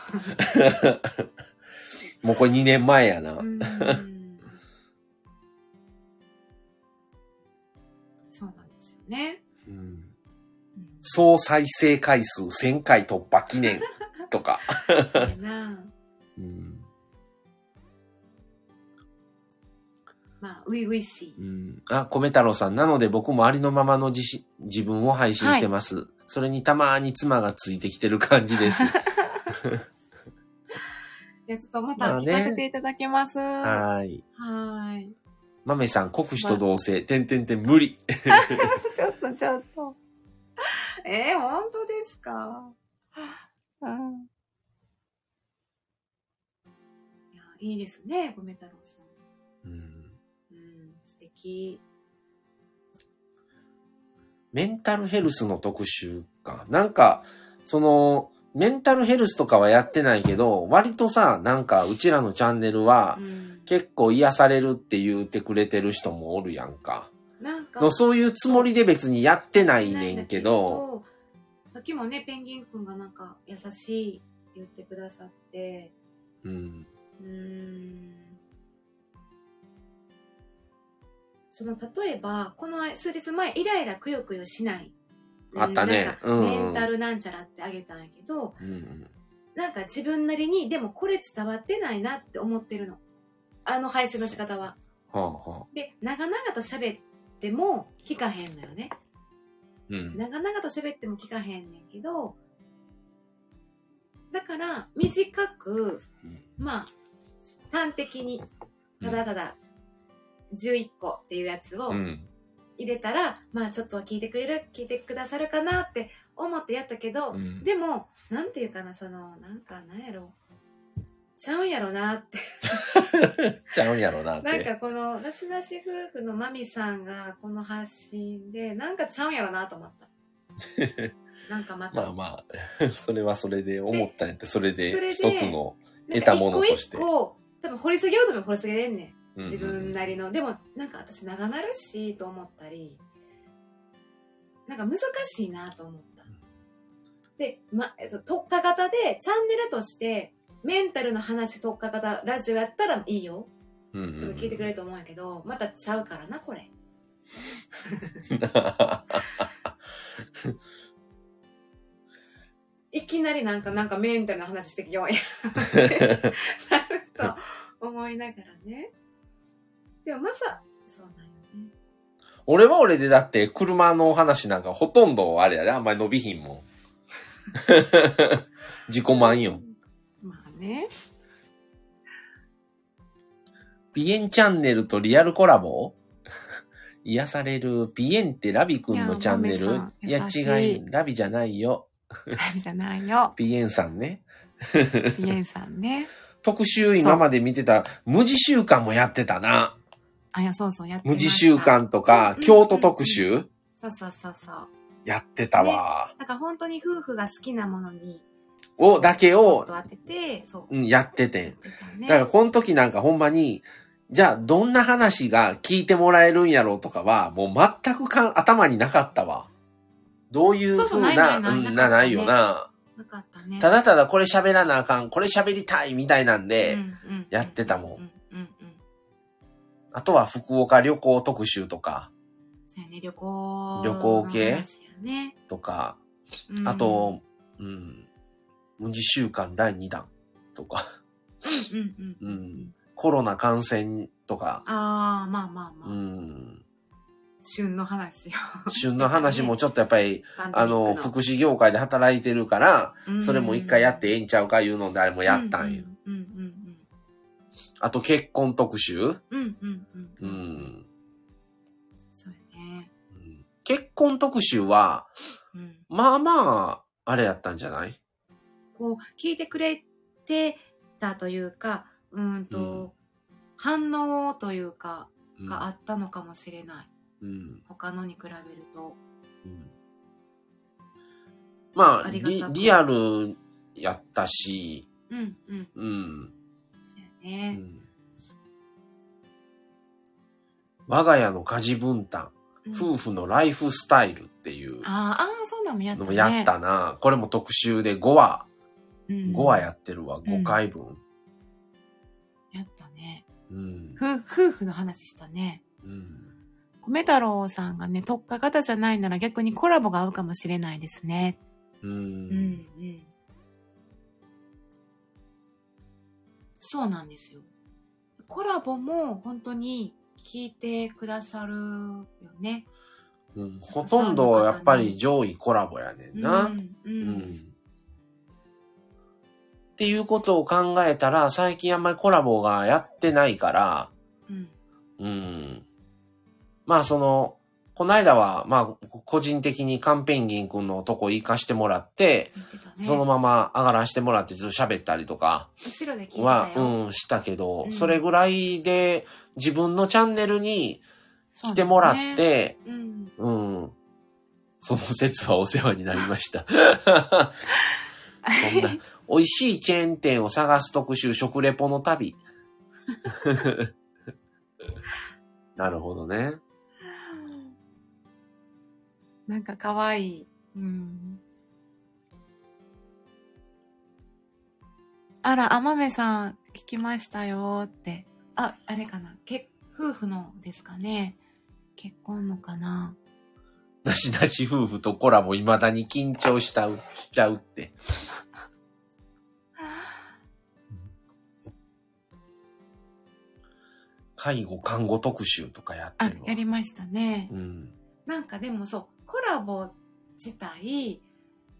もうこれ2年前やな。
うーんそうなんですよね。
うん
うん
総再生回数1000回突破記念とか。
そうや な
うん
まあ、ういういしい。
うん、あ、米太郎さん。なので僕もありのままの自し自分を配信してます。それにたまに妻がついてきてる感じ です。
いや、ちょっとま
ま
た
あ
聞
ね
かせていただきます。は
はーい。
ーい。
豆さん、国士と同棲、てんてんてん無理。
ちょっとちょっと。えー、本当ですかうん。
いやいいですね、ごめ太郎さん。
うん
うん、素敵。
メンタルヘルスの特集か。なんか、その、メンタルヘルスとかはやってないけど、割とさ、なんか、うちらのチャンネルは
う、ん、
結構癒されるって言ってくれてる人もおるやんか。
なんか、
のそういうつもりで別にやってないねんけ
そ
ど、
う。さっきもね、ペンギンくんがなんか、優しいって言ってくださって、
うん。
うーんその例えばこの数日前イライラくよくよしない
あったね
なんか
うん
メンタルなんちゃらってあげたんやけど、
うん。
なんか自分なりにでもこれ伝わってないなって思ってるのあの配信の仕方は
はあ、はあ、
で長々と喋っても聞かへんのよね
うん。
長々と喋っても聞かへんねんけどだから短く
うん
まあ端的にただただ11個っていうやつを
うん。
入れたら、まあちょっとは聞いてくれる聞いてくださるかなって思ってやったけど、
うん
でもなんていうかなそのなんかなんやろちゃうんやろなって
ちゃうんやろなっ
なん
て。
かこのなしなし夫婦のまみさんがこの発信でなんかちゃうんやろなと思った なんかまた、
まあまあ、 それはそれで思ったんやって、それ
そ
で
れで
一つの。
なん
得
か
た
一
もの
個
として
一個多分掘り下げようとも掘り下げれんねん
うん
自分なりの、でもなんか私長なるしと思ったりなんか難しいなと思った、で、ま、えっと特化型でチャンネルとして
メンタルの話特化型ラジオやったらいいよ。
うんうんうん。
聞いてく れると思うんやけど、またちゃうからな、これ。いきなりなんか、なんかメンタルの話してきようや。 なると思いながらね。でもまさ、そうなんよね。
俺は俺でだって車の話なんかほとんどあれやで、あんまり伸びひんもん。 自己満よ。
まあね。
ピエンチャンネルとリアルコラボ 癒される。ピエンってラビくんのチャンネル
いや
い
豆
や
さん優しい
違い、ラビじゃないよ。
ラビじゃないよ。
ピエンさんね。
ピエンさんね。
特集今まで見てた、無地週間もやってたな。
あ、いや、そうそう、やってま
無
した
地週。間とか、
うん
京都特集
そうそうそうそう。
やってたわ。
だから本当に夫婦が好きなものに、
を、だけ
ちょっ
を
と、当てて、そう。
うん、やっててん。
出たね
だからこの時なんかほんまに、じゃあどんな話が聞いてもらえるんやろうとかは、もう全くかん頭になかったわ。どういう
そうそ
ふ
う
う
ないな
な、
いない
うん
なか
な、
った
な
ね
いよな。
なかったね。
ただただこれ喋らなあかん、これ喋りたいみたいなんで、
うんうん
やってたもん
うんうんうん。
あとは福岡旅行特集とか、
そうやね、旅行。
旅行系
話やね。
とか、
うん
あ、と、うん、無事週間第2弾とか、
うんうん
う
うんん。、
コロナ感染とか、
ああ、まあまあまあ。
うん、
旬の話を。
旬の 話もちょっとやっぱり、あの、福
祉、
祉業界で働いてるから、それも一回やってええんちゃうかいうのであれも
て
やったんよ。。
うんうん
あと結婚特集
うん。うんうんうん。
う
うん
ん。
そうやね。
結婚特集は、
うん。
まあまあ、あれやったんじゃない
こう、聞いてくれてたというか、うーんと、反応というか、
うん
があったのかもしれない。
うん
他のに比べると。
うんまあ
ありが
リ
た、く
リアルやったし、
うんうん。
うん。
そうやね。
うん我が家の家事分担、
うん
夫婦のライフスタイルっていう
あーあー、そうなのもやった
の
ね。
もやったな。これも特集で5話、
うん。
5話やってるわ、
ん
5回分。
やったね。
うん
夫夫婦の話したね。
うん
米太郎さんがね、特化型じゃないなら逆にコラボが合うかもしれないですね。
う
うんん、うん。そうなんですよ。コラボも本当に聞いてくださるよね。
うんほとんどやっぱり上位コラボやねん
う
な。
ん、う。
うんんっていうことを考えたら、最近あんまりコラボがやってないから、
うん。
うん。まあその、この間は、まあ、個人的にカンペンギンくんのとこ行かしてもらって、
言ってた
その
ね。
まま上がらしてもらってずっと喋ったりとか
後ろで聞い
は
た、よ。
うん、したけど、
うん
それぐらいで自分のチャンネルに
そうなんですね
来てもらって、、
うん。
うん。その説はお世話になり ました。そんな、美味しいチェーン店を探す特集、食レポの旅。 なるほどね。
なんか可愛い。うん。あら、あまめさん、聞きましたよって。あ、あれかな。け、夫婦のですかね。結婚のかな。
なしなし夫婦とコラボ未だに緊張しちゃう、しちゃうって。介護看護特集とかやっ
あ
てる、わ。
やりましたね
う。ん。
なんかでもそう、コラボ自体、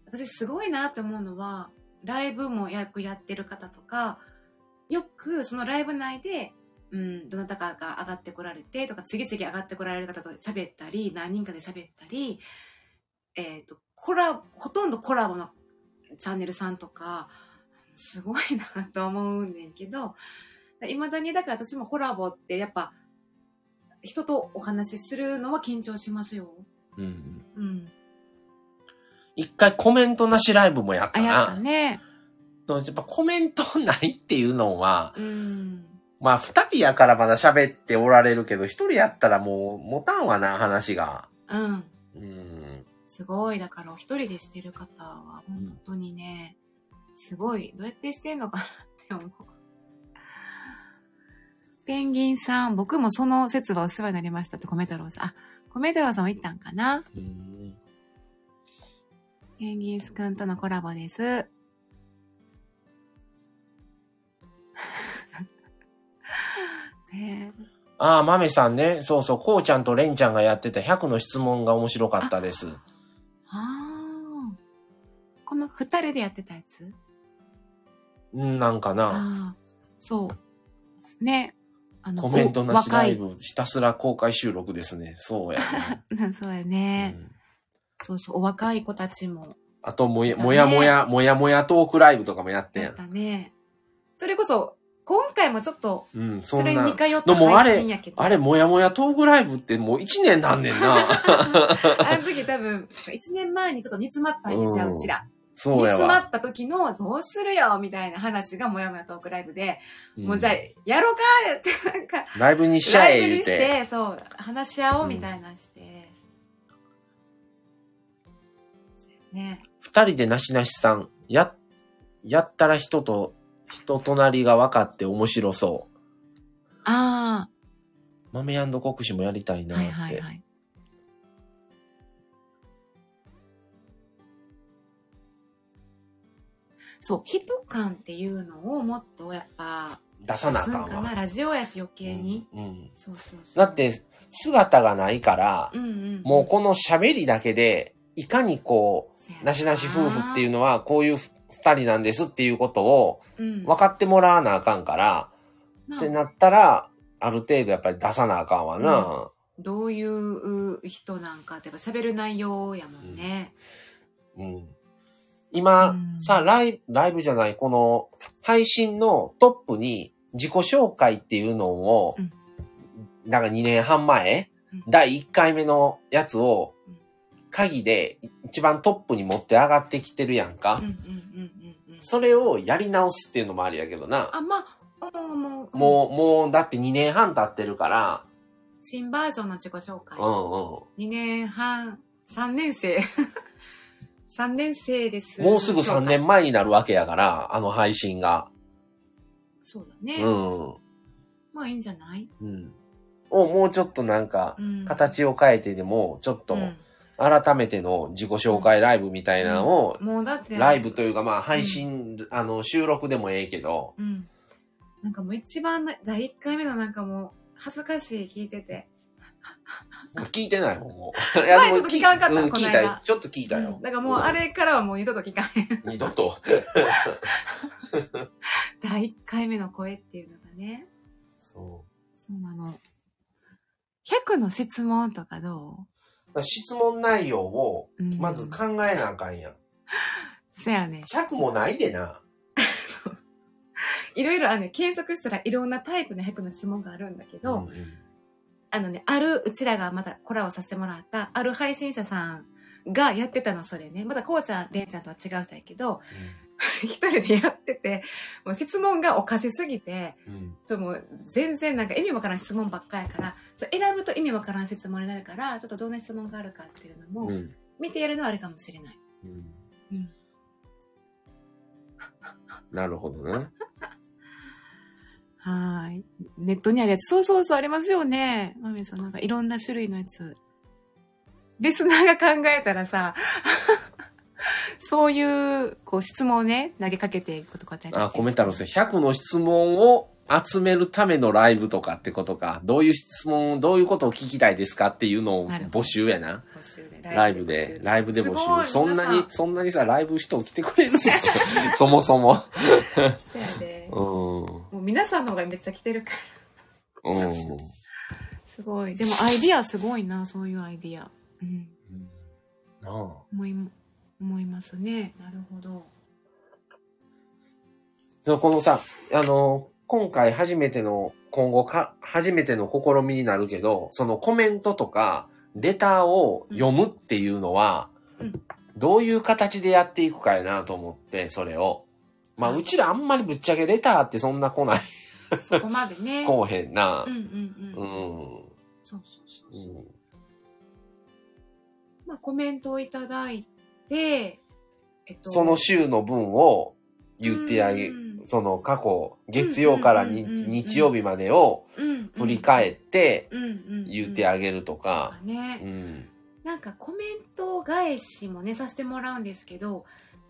私すごいなって思うのは、ライブもよくやってる方とか、よくそのライブ内で、うん、どなたかが上がってこられてとか、次々上がってこられる方と喋ったり、何人かで喋ったり、えっ、と、コラ、ほとんどコラボのチャンネルさんとか、すごいなと思うんねんけど、未だにだから私もコラボってやっぱ、人とお話しするのは緊張しますよ。
うん。
うん。
一回コメントなしライブもやった
あ、
な。
やったね。
やっぱコメントないっていうのは、
うん。
まあ二人やからまだ喋っておられるけど、一人やったらもう持たんわな、話が。
うん。
うん。
すごい。だから、お一人でしてる方は、本当にね、すごい。どうやってしてんのかなっって思う。ペンギンさん、僕もその説はお世話になりましたって米太郎さん。あ、米太郎さんは行ったんかな
うん
ペンギンスくんとのコラボです。 ねえ
ああ、豆さんね。そうそう、こうちゃんとレンちゃんがやってた100の質問が面白かったです。
ああ。この二人でやってたやつ
うん、なんかな。
ああ。そう。ね。あ
コメントなしライ
お
ブ、ひたすら公開収録ですね。そうや
若い。 そうや
な、、
ね
うん
そうそう。お若い子たちも
あと、もや、
だね
もやもや、もやもやトークライブとかもやって
やっ
ん。
たね。それこそ、今回もちょっと、
うん、そ
そ
ん
れに
な
似。通った
のもあれ
配信やけど。
あれ、もやもやトークライブってもう1年なんねんな。
あの時多分、1年前にちょっと煮詰まったんです
う
よ、
ん
うちら。煮
そうや
詰ま
わ。
った時の、どうするよ、みたいな話がもやもやトークライブで、
うん
もうじゃあ、やろうかって、なんか、
ライブにしちゃ
ライ
え、
ブ
言
に
う。
してて、そう、話し合おうみたいなして。ね。
二人でなしなしさん。や、やったら人と、人となりが分かって面白そう。
あ
豆国士もやりたい
あ、
なっ
は
て。
いはいはい。そう、人感っていうのをもっとやっぱ、
出さなあかん
出すんかな
わ。
ラジオやし余計に。
うんうん。
そうそうそう。
だっ、て、姿がないから、
うんうん、
もうこの喋りだけで、いかにこう、なしなし夫婦っていう
う
のは、こういう二人なんですっていうことを分かってもらわなあかんから、
な
ってなったら、ある程度やっぱり出さなあかんわな。
どういう人なんかってやっぱ喋る内容やもんね。
うん。今、
うん
さ、ライブ、ライブじゃない、この、配信のトップに、自己紹介っていうのを、
うん
なんか2年半前、
うん
第1回目のやつを
うん、
鍵で一番トップに持って上がってきてるやんか。
うんうんうんうんうん。
それをやり直すっていうのもありやけどな。
あ、まあ、もう、もう、
もう、もう、だって2年半経ってるから、
新バージョンの自己紹介。
うんうん。
2年半、3年生。3年生です。
もうすぐ3。年前になるわけやから、あの配信が。
そうだね。
うん。
まあいいんじゃない
うん。をもうちょっとなんか、
うん。
形を変えてでも、ちょっと
うん、
改めての自己紹介ライブみたいなのを、
もうだって。
ライブというかまあ配信、あの、収録でもええけど、
うん。なんかもう一番な、第1回目のなんかもう、恥ずかしい聞いてて。
聞いてないもん、も う。い
前ちょっと聞かんかった
でも
こ
聞
の
い
間
たよ。ちょっと聞いたよ
うん。だからもうあれからはもう二度と聞かへん。
うん。二度と。
第1回目の声っていうのがね。
そ
そうなの。100の質問とかど
う。質問内容を、
う、うん
まず考えなあかんやん。
せやね。
100もないでな。
いろいろあのね、検索したらいろんなタイプの100の質問があるんだけど、
んん
あのね、ある、うちらがまだコラボさせてもらった、ある配信者さんがやってたの、それね。まだこうちゃん、れんちゃんとは違う人やけど、 一人でやってて、もう質問がおかしすぎて、
うんうん
ちょっともう全然なんか意味わからん質問ばっかやから、ちょっと選ぶと意味わからん質問になるから、ちょっとどんな質問があるかっていうのも、
うん
見てやるのはあれかもしれない。
うん
うん
なるほどね。
はーい。ネットにあるやつ。そうそうそう、ありますよね。まみさん、なんかいろんな種類のやつ。リスナーが考えたらさ、 そういう、こう、質問をね、投げかけていくとかって
あ、コメ太郎さん、100の質問を集めるためのライブとかってことか。どういう質問、どういうことを聞きたいですかっていうのを
なるほど
募集やな。
募集で。
ライブで、ライブで募集。そんなに、そんなにさ、ライブ人来てくれる
そ
そもそも。
うやで。
う
もう皆さんの方がめっちゃ来てるか
ん。う
ら。すごい。でもアイディアすごいな、そういうアイディア。うん。
ん。なあ。
思い、思いますね。なるほど。
そのこのさ、あの、今回初めての、今後か、初めての試みになるけど、そのコメントとか、レターを読むっていうのは、
うん
どういう形でやっていくかやなと思って、それを。まあ、うちらあんまりぶっちゃけレターってそんな来ない、
そこまでね。
こうへんな
うん。うん
う
うん。
ん。
そうそうそう
う
そう。
ん。
まあ、コメントをいただいて、えっ
その週の分を言ってあげ
うん、
その過去、月曜からに
うんうんうんうん
日曜日までを
うん
振り返って
うんうん
言ってあげるとか。
ね、
うん。
なんかコメント返しもねさせてもらうんですけど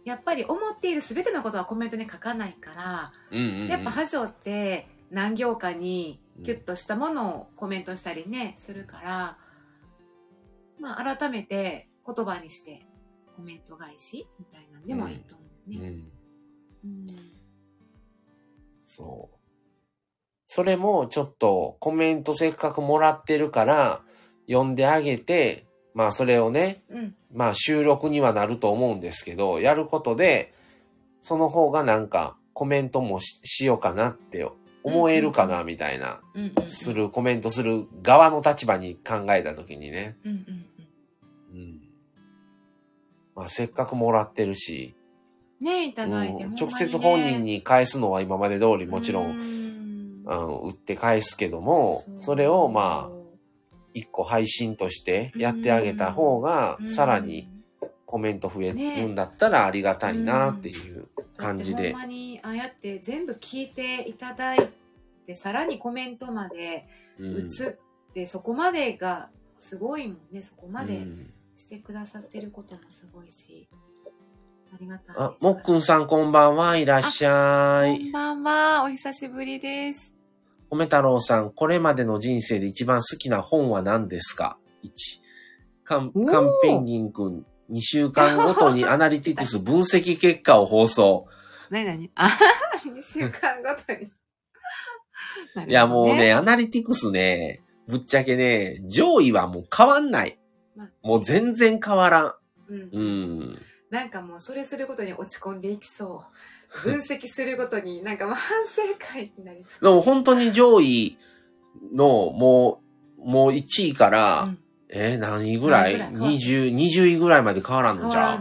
やっぱり思っている全てのことはコメントに書かないから、
うんうんうん。
やっぱ波状って何行かにキュッとしたものをコメントしたりねするから、まあ、改めて言葉にしてコメント返しみたいなんでもいいと思う
う
ね。う
ん。
ん
そう。それもちょっとコメントせっかくもらってるから、読んであげて、まあそれをね、
うん
まあ収録にはなると思うんですけど、やることで、その方がなんかコメントもししようかなって思えるかなみたいな、
うんうん
する、コメントする側の立場に考えた時にね。
うんうんうん
うん。まあせっかくもらってるし、
ねいただいて、ほんま
う
に
ん
ね
直接本人に返すのは今まで通りもちろ
ん
んあの売って返すけども、それをまあ、一個配信としてやってあげた方が、
うん
さらにコメント増え
ね
るんだったらありがたいなっていう感じ
だって
で
ほん。まにああやって全部聞いていただいてさらにコメントまで
うん
打つって、そこまでがすごいもんねそこま
う
で
ん
してくださってることもすごいし、ありがたいです
あ、もっくんさんこんばんはいらっしゃ
こん
い。
ばんは、お久しぶりです。
米太郎さん、これまでの人生で一番好きな本は何ですか ?1。カン
おー
カンペンギンくん、2週間ごとにアナリティクス分析結果を放送。
なになに あ、
2週間ごとに
いや、もうね、
ね。
アナリティクスね、ぶっちゃけね、上位はもう変わんない
まあ。
もう全然変わらん。
うん
うん。
なんかもうそれすることに落ち込んでいきそう分析するごとになんかもう反省会になりそう
でも本当に上位の、もう、もう1位から、
うん
えー何位ぐらい
何位ぐらい
?20、20位ぐらいまで変わらんのじゃ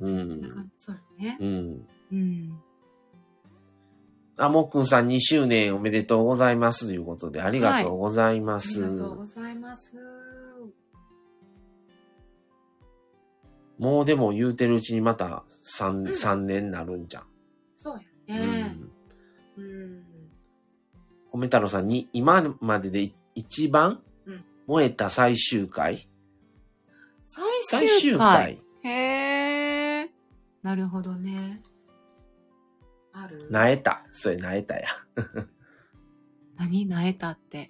ん
ん。
ね
う
なんか
ん。
そうよね
うん。
うん
あ、もっくんさん2周年おめでとうございますということで、ありがとうございま
あり
す。
がとうございます
もうでも言うてるうちにまた
うん
3、三年になるんじゃん。
そう
う
やね
ん。
うん
米太郎さんに、今まででい一番
うん
燃えた最終回
最終回。
最
へー。なるほどね。
ある
なえた。それなえたや。
何なえたって。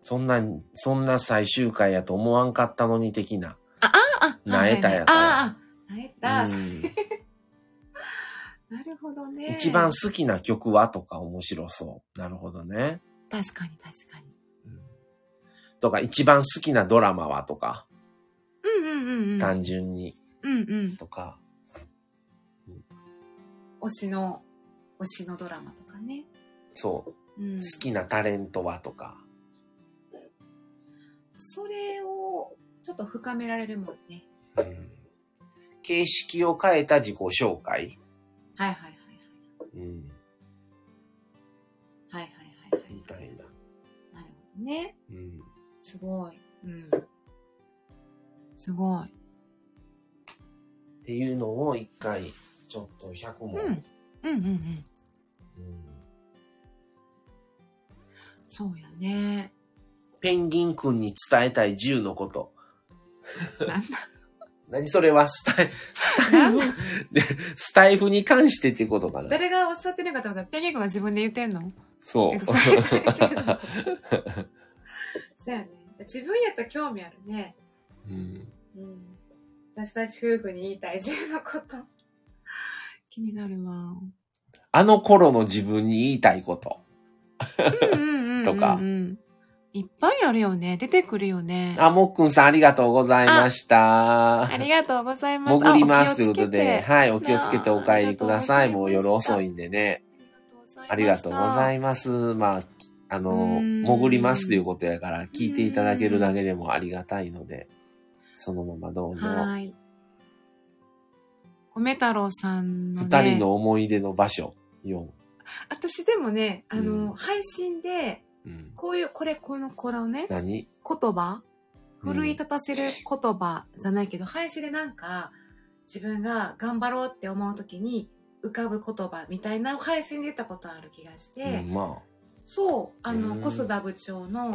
そんな、そんな最終回やと思わんかったのに的な。
あ、
なえたやから
あ
なえた、
うん
なるほどね
一番好きな曲はとか面白そう。なるほどね。
あ、確かに確かに。
うんとか、一番好きなドラマはとか、
うんうんうんうん。
単純に
うんうん。
とか。
推しの推しのドラマとかね、
そう。
うん、
好きなタレントはとか。
それをちょっと深められるもんね
うん形式を変えた自己紹介。
はいはいはい
うん
はいはいはいはいはい
みたい
な
な。
るほどね
うん
すごいうん
すごい。
っていうのを一回、ちょっと100問。
うんうんうんうん。
うん
そうやね。
ペンギンくんに伝えたい10のこと。
なんだ
何それはスタイ、スタイフで、スタイフに関してってことかな。
誰がおっしゃってるかと思ったら、ペンギン君が自分で言ってんの
そう。
伝えたいですけどそうやね自分やったら興味あるね
うん
うん私たち夫婦に言いたい自分のこと
気になるわ。
あの頃の自分に言いたいこと。
うんうんうんうんうん
とか
いっぱいあるよね。出てくるよね。
あ、もっくんさんありがとうございました。
ありがとうございます。
潜ります
あ
ということで、。はい、お気をつけてお帰りください。
なあ
もう夜遅いんでね。あ
お
り
気
が
を
と
つけ
う
て
ござ
い
います。まあ、あの、
うん
潜りますということやから、聞いていただけるだけでもありがたいので、そのままどうぞ。
はい。米太郎さんの、ね。
二人の思い出の場所、4。
私でもねあの、
うん
配信で
うん、
こういうこれこのこのね
何
言葉
うん
奮い立たせる言葉
じゃないけど、配信でなんか、自分が頑張ろうって思うときに、浮かぶ言葉みたいな配信出たことある気がして、
うんま
そうあの、
うん
小須田部長の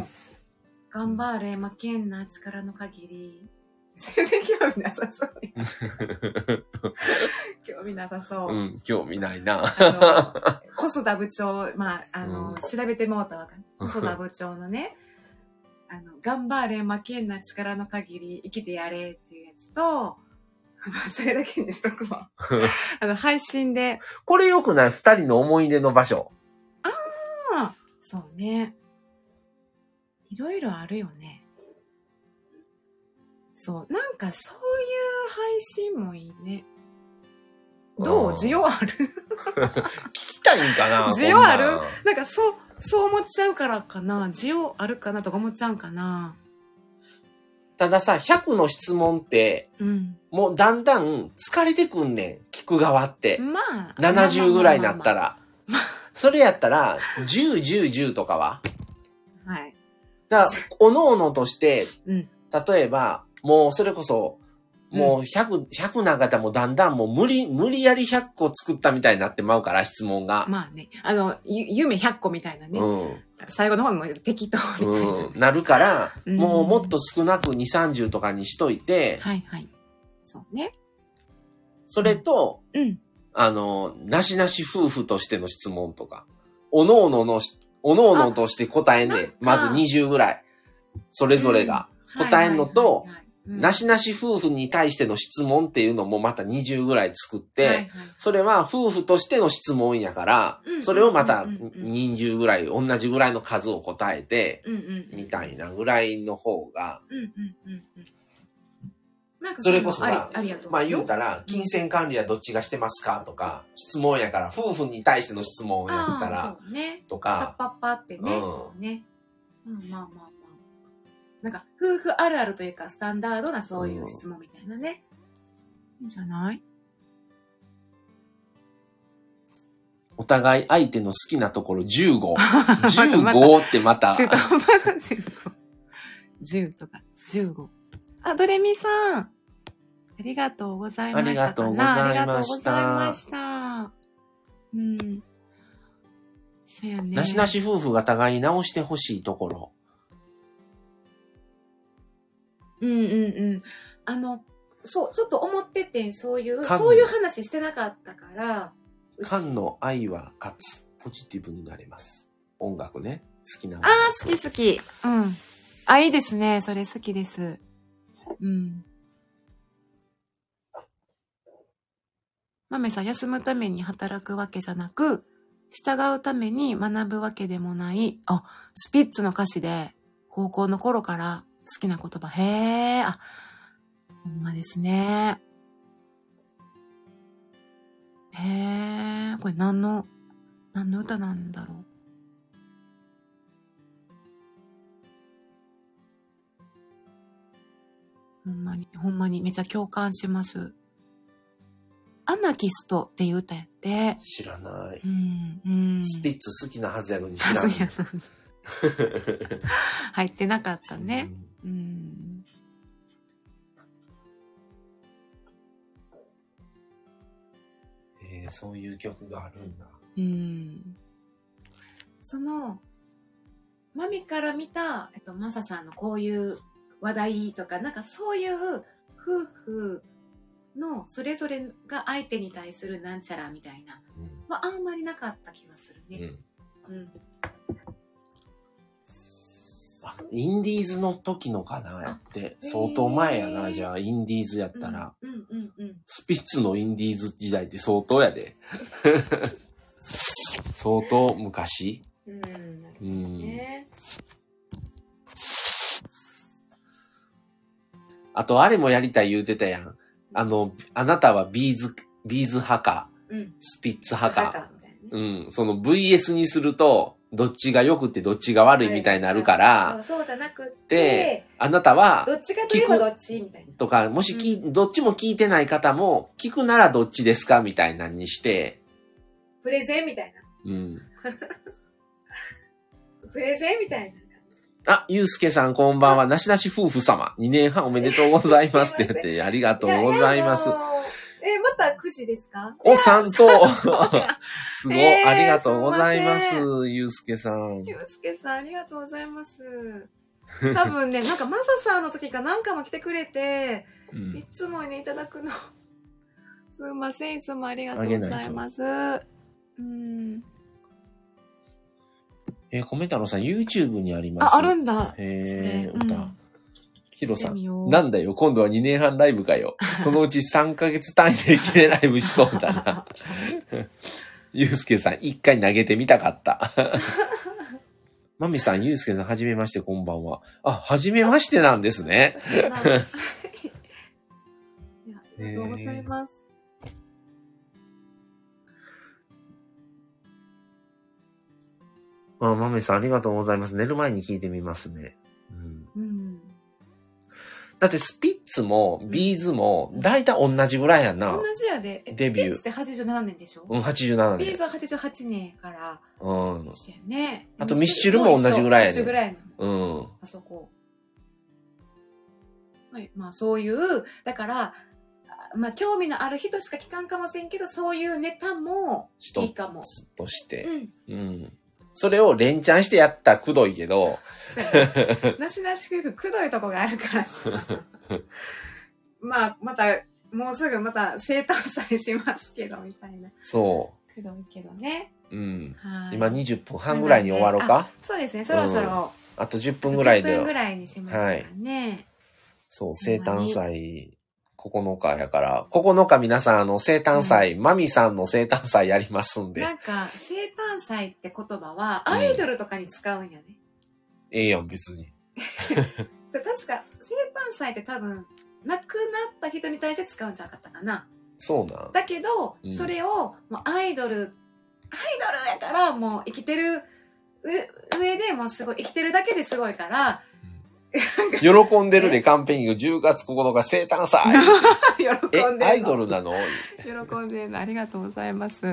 「頑張れ負けんな力の限り」全然興味なさそうね興味なさ
あ、
そう、
うん、興味ないな。
あの細田部長、まあ、あの、
うん
調べてもうたらわかんない。細田部長のね、あの、頑張れ、負けんな力の限り生きてやれっていうやつと、 まあ、それだけにしとくわ。あの、配信で、
これ良くない二人の思い出の場所。
そうね、
ね。いろいろあるよね。
そう、なんかそういう配信もいいね。どう
うん
需要ある
聞きたいんかな
需要ある
こんなん
なんかそう、そう思っちゃうからかな需要あるかなとか思っちゃうんかな
たださ、100の質問って、
うん。
もうだんだん疲れてくんねん。聞く側って。
まあ。
70ぐらいになった
ら。
ら。それやったら、10、10、10とかは。
はい。
だから、おのおのとして、
うん
例えば、もうそれこそ、もう100、100なんかやったらもうだんだんもう無理、無理やり100個作ったみたいになってまうから、質問が。
まあね、あの、ゆ夢100個みたいなね、
うん。
最後の方にも適当みたいな。
うん。なるから、
うん
もうもっと少なく2、30とかにしといて、
はいはい。そうね。
それと、
うん。
あの、なしなし夫婦としての質問とか、おのおののし、おのおのとして答えんねん
な
ま
んか
ず20ぐらい。それぞれが。答えんのとなしなし夫婦に対しての質問っていうのもまた20ぐらい作って、
はいはいはい
それは夫婦としての質問やから
うん、
それをまた
うんうんうん
人数ぐらい、同じぐらいの数を答えて、
うんうんうん。
みたいなぐらいの方が、
うんうんうんうん。なんか
それこそ
あ
さ
りありやと思
まあ言う
よ
たら、金銭管理はどっちがしてますかとか、質問やから、夫婦に対しての質問やったら
あ、ーそうね。
と
パッ
か、
パッパってね。
うん
そうね。うん、まあまあまあ。なんか、夫婦あるあるというか、スタンダードなそういう質問みたいなね。
いいんじゃない
お互い相手の好きなところ15。
また
15ってまた、
中途半端な15。10とか、15。あ、ドレミさん。ありがとうございましたかな。
ありがとうございました
ありがとうございました。うん。そうやね。
なしな。し夫婦が互いに直してほしいところ。
うんうんうん。あの、そう、ちょっと思っててん、そういう、
家具
そういう話してなかったから、うち
缶の愛は勝つ。ポジティブになれます。音楽ね。好きな音
あ
楽。
ー好き好き。うん。あ、いいですね。それ好きです。うん。マメさん、休むために働くわけじゃなく、従うために学ぶわけでもない。あ、スピッツの歌詞で、高校の頃から好きな言葉。へえ、あ、ほんまですね。へえ、これ何の、何の歌なんだろう。ほんまに、ほんまにめちゃ共感します。アナキストっていう歌やって。
知らない。
うん、うん。
スピッツ好きなはずやのに知 ら
は
ない。
ずやのに入ってなかったね。
うん。
うん。
えーそういう曲があるんだ。
うん。
その、マミから見た、えっと、マサさんのこういう話題とか、なんかそういう夫婦のそれぞれが相手に対するなんちゃらみたいな、
うん
まあ、あんまりなかった気がする
う
ね。
ん
うん。
あインディーズの時のかなやって。相当前やな、
へー
じゃあ、インディーズやったら。
うんうんうん。
スピッツのインディーズ時代って相当やで。相当昔
うん。うんなる
う
ほど
ん。
ね。
あと、あれもやりたい言うてたやん。あの、あなたはビーズ、ビーズ派か、
うん。
スピッツ派か。
みたいなね。
うん。その VS にすると、どっちが良くてどっちが悪いみたいになるか
あ
ら、
そうじゃなく
で
て、
あなたは、
どっちがといえばどっちみたいな。
とか、もしき、どっちも聞いてない方も、聞くならどっちですかみたいなにして、
プレゼンみたいな。
うん。
プレゼンみたいな。
あ、ゆうすけさんこんばんは、なしなし夫婦様、2年半おめでとうございますってやっ
すいま
て、ありがとうございます
や。やもうえ、また9時ですか
お、三と、 すごい、
えー
ありがとうございますす
いま、
ゆうすけさん。
ゆうすけさん、ありがとうございます。多分ね、なんかマサさんの時か何回も来てくれて、
う
い
ん、
つもね、いただくの。 すいません、いつもありがとうございます。うん。
えー、米太郎さん、YouTube にあります。
あ、あるんだ。それ
えー、
うん
歌。ヒロさん。
見よう
なんだよ、今度は2年半ライブかよ。そのうち3ヶ月単位で記念ライブしそうだ な。ゆうすけさん、一回投げてみたかった。 まみさん、ゆうすけさん、はじめまして、こんばんは。あ、はじめましてなんですね。
いやありがとうございます。
あ、まみさん、ありがとうございます。寝る前に聞いてみますね。うん、
うん。
だって、スピッツも、ビーズも、だいたい同じぐらいやんな
同。じやで。え
デビュー
スピッツって87年でしょ
うん、87
ビー
年。
ズは88年から
うん。
一緒やね。
あとミスチルも同じぐらいやね
一緒ぐらいの。
うん。
あそこ。はい。まあそういう、だから、あまあ興味のある人しか聞かんかもしれんけど、そういうネタも
人
いいかも。
として。
うん。
うん。それを連チャンしてやったくどいけど、
そうや ねなしなしくくどいとこがあるからさ。まあまた、もうすぐまた生誕祭しますけど、みたいな。
そ
くどいけどね。
う。うん。
はい。
今20分半ぐらいに終わろうか。
そうですね、そろそろ。
あと10分ぐらい
10分ぐ
で。
らいにしましょうかね。
そう、生誕祭9日やから、9日皆さんあの生誕祭、マミさんの生誕祭やりますんで
な。んか、生誕祭って言葉は、アイドルとかに使うんやね。
ええやん、別に。
そう確か、生誕祭って多分、亡くなった人に対して使うんじゃなかったかな。
そうなん。
だけど、
うん
それを、もうアイドル、アイドルやから、もう生きてるう上でもうすごい、生きてるだけですごい から、
喜んでるでカンペイング10月9日生 誕祭
喜んで
え
るの。
アイドルなの
喜んでるのありがとうございます。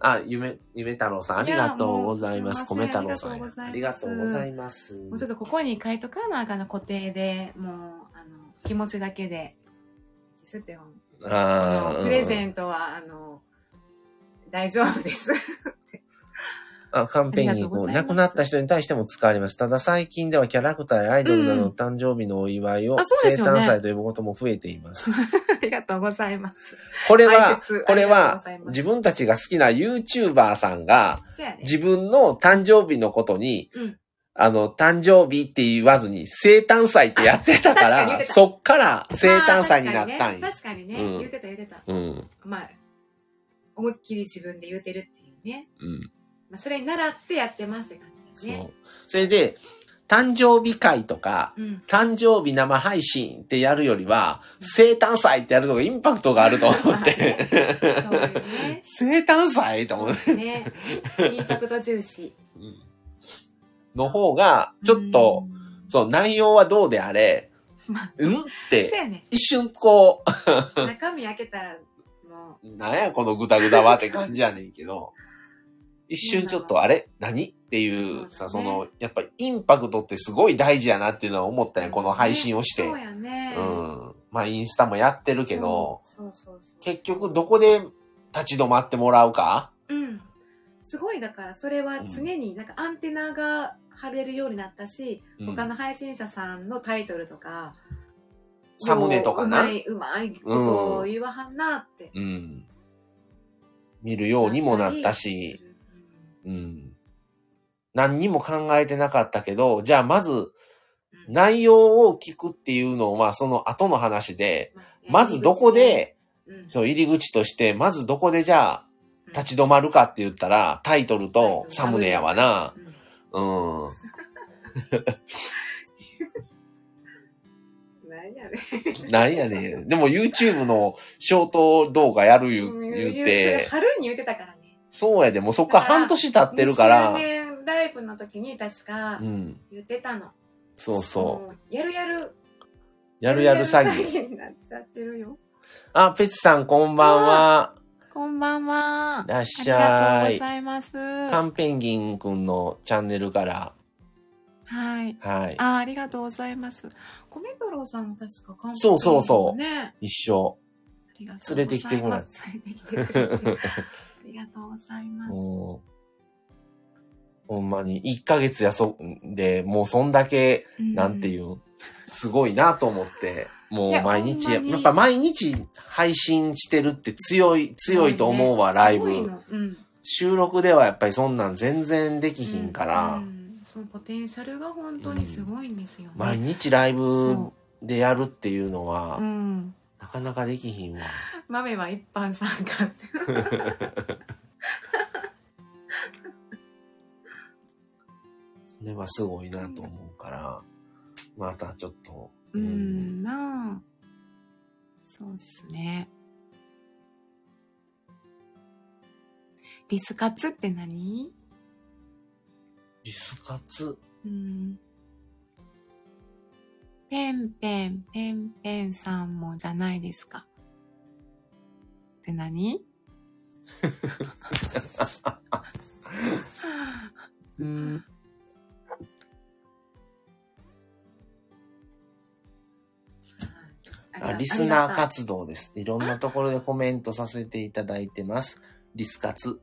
あ、夢、夢太郎さんありがとうございます。
いやもう
米太郎さ
す
んや
いません
あ
あ
り
り
が
が
と
と
う
う
ご
ご
ざ
ざ
い
い
ます。
もうちょっとここに書いとかなあかんな固定で、もう、あの、気持ちだけで、ですって思うあ
あ
の
あ。
プレゼ
ン
ントは、あの、大丈夫です。
あ、カンペインにこう、
ありがとうご
亡
ざいます
くなった人に対しても使われます。ただ最近ではキャラクターやアイドルなどの誕生日のお祝いを、
あそうです
生
よね
誕祭と呼ぶことも増えています。
ありがとうございます。
これは
解説、
これ
ありがとう
は
ございます
自分たちが好きな YouTuber さんが
そうやね。
自分の誕生日のことに、
うん
あの、誕生日って言わずに生誕祭ってやってたか
あ確かに言っ
ら、
てた
そっから生誕祭になったん
まあ
や。
確かにね、
う
確かにね
ん
言ってた言ってた。
うん。
まあ、思いっきり自分で言うてるっていうね。
うん。
まあ、それに習ってやってますって感じ
そ
だ
う
よね。。
それで、誕生日会とか、
うん。
誕生日生配信ってやるよりは、生誕祭ってやるのがインパクトがあると思って。。
そういうね
生誕祭と
そ
思
う
っ
で
て。
すね。インパクト重視。
の方が、ちょっと、
うん
そう、内容はどうであれ、うんっ
そう
て、
やね。
一瞬こ
中身開けたら、も
う、なんやこのグダグダはって感じやねんけど、一瞬ちょっとあれ何っていうさ、そ
そうだね
の、やっぱインパクトってすごい大事やなっていうのは思った
う。
んや、この配信をして。
そうやね。
うん。まあインスタもやってるけど、
そうそうそうそう
結局どこで立ち止まってもらうか
うん。すごい、だから、それは常になんかアンテナが張れるようになったし、
うん
他の配信者さんのタイトルとか、
サムネとかな
もううまい、うまいことを言わはんなって。
うん。見るようにもなったし、うん。何にも考えてなかったけど、じゃあまず
うん、
内容を聞くっていうのはその後の話で、まずどこで、
うん、
そう入り口として、まずどこでじゃあ立ち止まるかって言ったら、タイトルとサムネやわな。
うん
うん。
なんやね
なんやねん。でも YouTube のショート動画やる言う言うて、
春に言ってたからね。
そうやで、もうそっから半年経ってるから
2、周年ライブの時に確か
うん。
言ってたの。
そうそう。
う。やるやる。
やるやる詐欺。
欺になっちゃってるよ。
あ、ペチさんこんばんは。
こんばんは。
いらっし
ありが
ゃ
とうご。
い
ざいます。
カ
は
ンペンギンくんのチャンネルから、
はい。
はい。
あーありがとうございます。米太郎さんも確か韓国
そうそうそう
ね。
一生。
ありがとうございます
連れてきてもらう
連れてきてくれ て。ありがとうございます。。
もう、ほんまに、1ヶ月やそ、で、もうそんだけ、なんていうう、すごいなと思って、もう
いや
毎日、
ほんまに
やっぱ毎日配信してるって強い、強いと思うわ、ライ
すごい
ブ。
のうん。
収録ではやっぱりそんなん全然できひんから、
うんそのポテンシャルが本当にすごいんですよね。
毎日ライブ
そ
でやるっていうのは、
う。うん。
なかなかできひんわ。
豆は一般参加って。
それはすごいなと思うから、またちょっと、
う
うん
ん、なあ。そうっすね。リスカツって何
リスカツ。
うん。ペンペン、ペンペンさんもじゃないですか。って何
うん。 あリスナー
か
活動です。いろんなところでコメントさせていただいてます。リス活。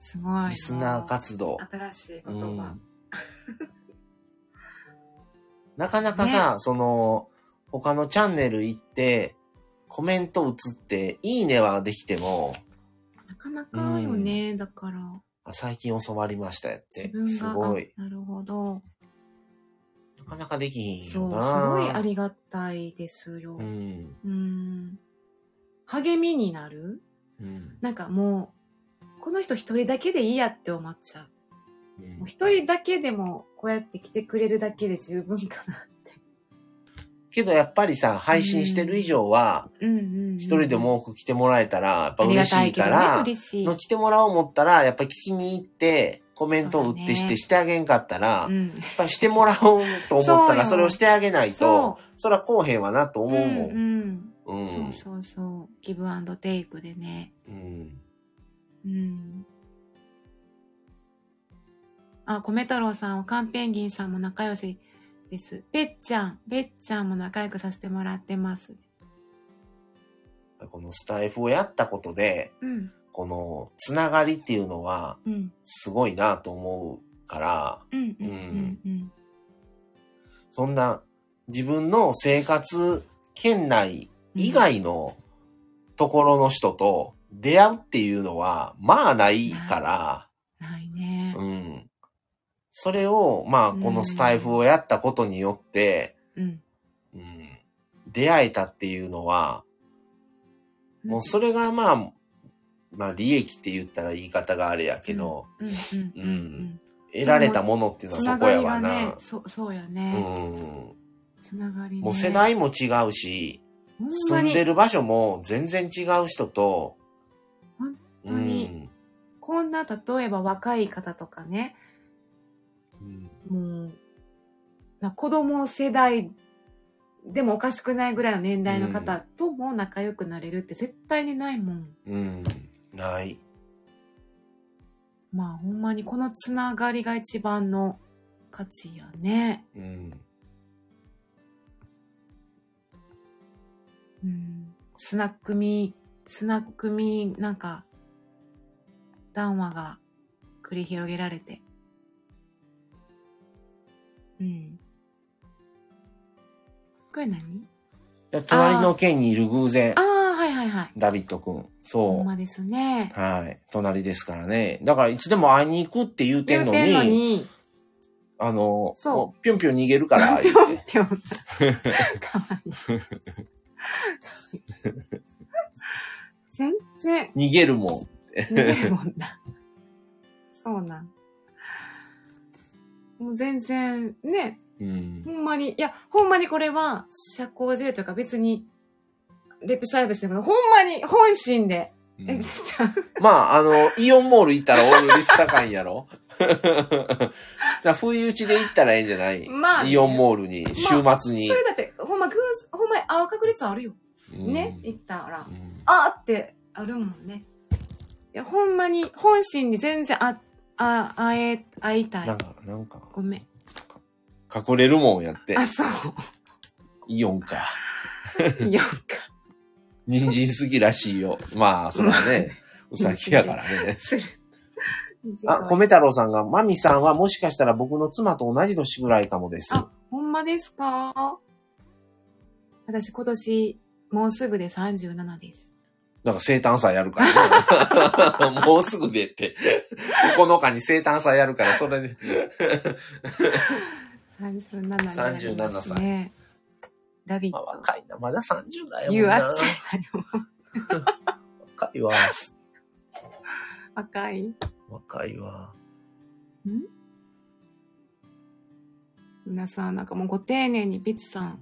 すごい。
リスナー活動。
新しい言
う
葉
ん。 なかなかさ、その、他のチャンネル行って、コメント打つって、いいねはできても、
なかなかよね、だから。
あ最近教わりましたやって。
自分が。
すごい。
あなるほど。
なかなかできひん
そ
よ
う、
な。
すごいありがたいですよ。
うん。
うん。励みになる
うん。
なんかもう、この人一人だけでいいやって思っちゃう。
うん
もう一人だけでも、こうやって来てくれるだけで十分かなって。
けどやっぱりさ、配信してる以上は、
うんうん。
一人でも多く来てもらえたら、やっぱ
あり
嬉
が
したい
いけ
か
どね
ら、
嬉しい。
の来てもらおう思ったら、やっぱり聞きに行って、コメントを打っ
そう
て
だ
して
ね
してあげんかったら、
う
やっ
ん。
ぱりしてもらおうと思った
そう
ら、
よ
それをしてあげないと
そ、
そらこうへんわなと
う。
思うもん。
ん
う
うん。そ
ん
う。そうそう。ギブアンドテイクでね。
うん。
うん。あ、米太郎さん、おかんペンギンさんも仲良しです。べっちゃん、べっちゃんも仲良くさせてもらってます。
このスタイフをやったことで、
うん、
このつながりっていうのは、
うん、
すごいなと思うから、
うん、うん、うん、うん。
そんな自分の生活圏内以外のところの人と出会うっていうのは、まあないから、
ないね。
うん。それを、まあ、
うん
このスタイフをやったことによって、
うん。
うん、出会えたっていうのは、もうそれがまあ、まあ、利益って言ったら言い方があれやけど、
うん、うん、うん、うん。
得られたものっていうの
つ
は
な
そこ
が
や
り
わ
がね
な、。
そう、そうや
う
ね。
ん。
つながりね。
もう世代も違うし、
ほんま
住ん
に
でる場所も全然違う人と、
本当にこんな、例えば若い方とかね、
うん、
もう、な子供世代でもおかしくないぐらいの年代の方とも仲良くなれるって絶対にないもん。
うん、ない。
まあほんまにこのつながりが一番の価値やね。
うん、
うん。スナックミー、スナックミーなんか、談話が繰り広げられて。うん。これ何
いや隣の県にいる偶然
あ、あ、はいはいはい。
ラビットくん。
ほん
そ
まですね。
う。はい。隣ですからね。だからいつでも会いに行くって言うてんのに、
言うてんのに
あの、
そう
もうぴょんぴょん逃げる から、
ぴ
言
ょ
うんて。
ぴょん。かわいい。全然
逃げるもん。
逃げるもんな。そうなん。もう全然、ね、
うん
ほ。んまに、いや、ほんまにこれは、社交辞令というか別に、レプサービスでも、ほんまに、本心で。
うん
え、ちゃう
まあ、あの、イオンモール行ったら俺より高いんやろ だから不意打ちで行ったらええんじゃない、
まあね
イオンモールに、週
まあ
末に
そ。れだって、ほんま、偶然ほんまに会う確率あるよ。
うん
ね、行ったら
う。ん
あーってあるもんね。いや、ほんまに、本心に全然あ、あ、会え、会いた
ないん。か、なんか、
ごめん。
隠れるもんやって。
あ、そう。
イオンか。
4か。
人参好きらしいよ。 まあ、それはね、うさぎやから ね。
する。
あ、米太郎さんが、マミさんはもしかしたら僕の妻と同じ年ぐらいかもです。
あほんまですか私今年、もうすぐで37です。
なんか生誕祭やるから、 ね。もうすぐでって。9日に生誕祭やるから、それで。
37になりますね。
37歳。
ラビッ
まあ、
ト。
若いな。まだ30代やも
言
ん
う
な。
あっちゃいなよ。
若いわ。
若い。
若いわ。
皆さん、なんかもうご丁寧に、ビツさん。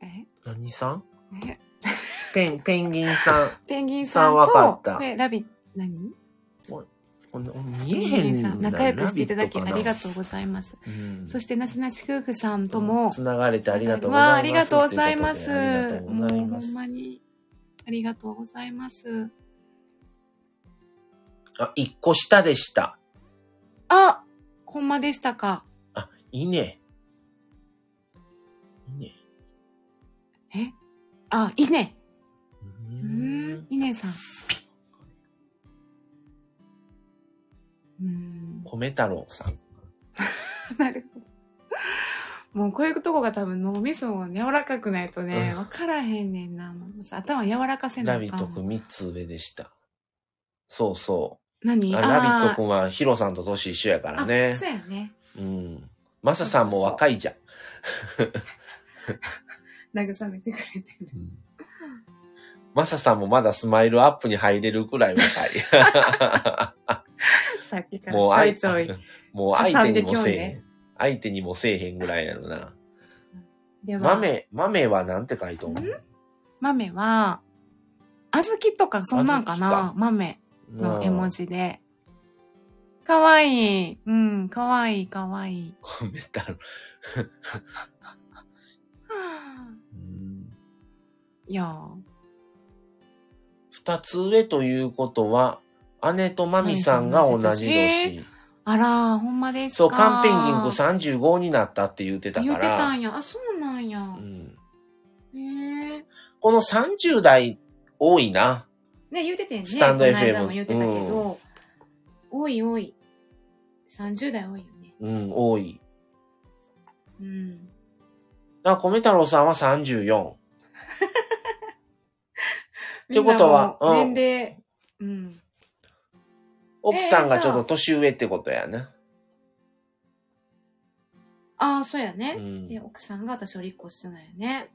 え
何さん
ね
ペン、ペンギンさん。
ペンギンさん
さんわかっ
と、
た
えラビ、何
ほんで
ペン
見えへ
ギ
ん
ン
んだ
さ
よ
ん、仲良くしていただき
ラ
あ
ビットかな
りがとうございます。
うん
そして、なしなし夫婦さんとも、
つながれてありがとうござい
わ
ます。
あありがとうございます。
ということでありがとうござい
もうほ
ま
ん
す。
まに、ありがとうございます。
あ、一個下でした。
あほんまでしたか。
あ、いいね。いいね。
えあ、いいね。
う
う
ー
ん
ん、
イネさん。うん、
米太郎さん。
なるほど。もうこういうとこが多分脳みそが柔らかくないとね、
うん
わからへんねんな。もうちょっと頭柔らかせな
ラ
あ
ビッ
か
ト
ん
くん3つ上でした。そうそ
何
う。あ
あ
ラビットく
ー
んはヒロさんと年一緒やから
あ
ね
そ。うやね。
うん。マサさんも若いじゃん。
慰めてくれてる。
うんマサさんもまだスマイルアップに入れるくらい 若
さっきか
い。もう
らちょ
相
いちょい。
もう相
挟
手に
んで
も
きょん
せえへ
ね
ん。相手にもせえへんぐらいやろな。
では、
豆、豆はなんて書いとんの
豆は、小豆とかそんなんか
小豆
な
か
豆
う
の
ん
絵文字で。かわいい。うん、かわいい、かわいい。
コメントある
はあ
うん
いやー
二つ上ということは、姉とマミさんが同じ年。
あらー、ほんまですか
そう、カンペンギンくん35になったって言ってた
言
か
ってた
ら、
んや。あ、そうなんや。
うん
へえ。
この30代多いな。
ね、言うててんね。
スタンド
こ
FM
の間も言ってたけど、多い多い。30代多いよね。
うん、多い。
うん。
だから米太郎さんは34。
みん
ってこ
な
とは
もう
うん
年齢、うん。
奥さんが
えー
ち
じ
ょ
ゃ
っ
あ
と年上ってことやな。
ああ、そうやね
う。ん
で、奥さんが私より1個してないよね。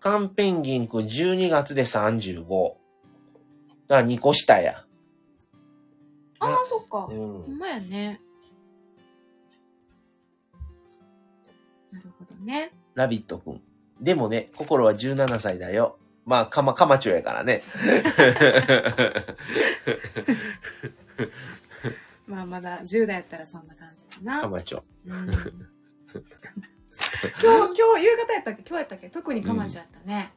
カンペンギンくん12月で35。だから2個下や。
あ
ね
あ、そっか。ほん
ん。
まやね。なるほどね。
ラビットくん。でもね、心は17歳だよ。まあ、かま、かまちょやから ね。
まあまだ10代やったらそんな感じかな。
かまちょ。
うん今日、今日、夕方やったっけ今日やったっけ特に彼女やったね。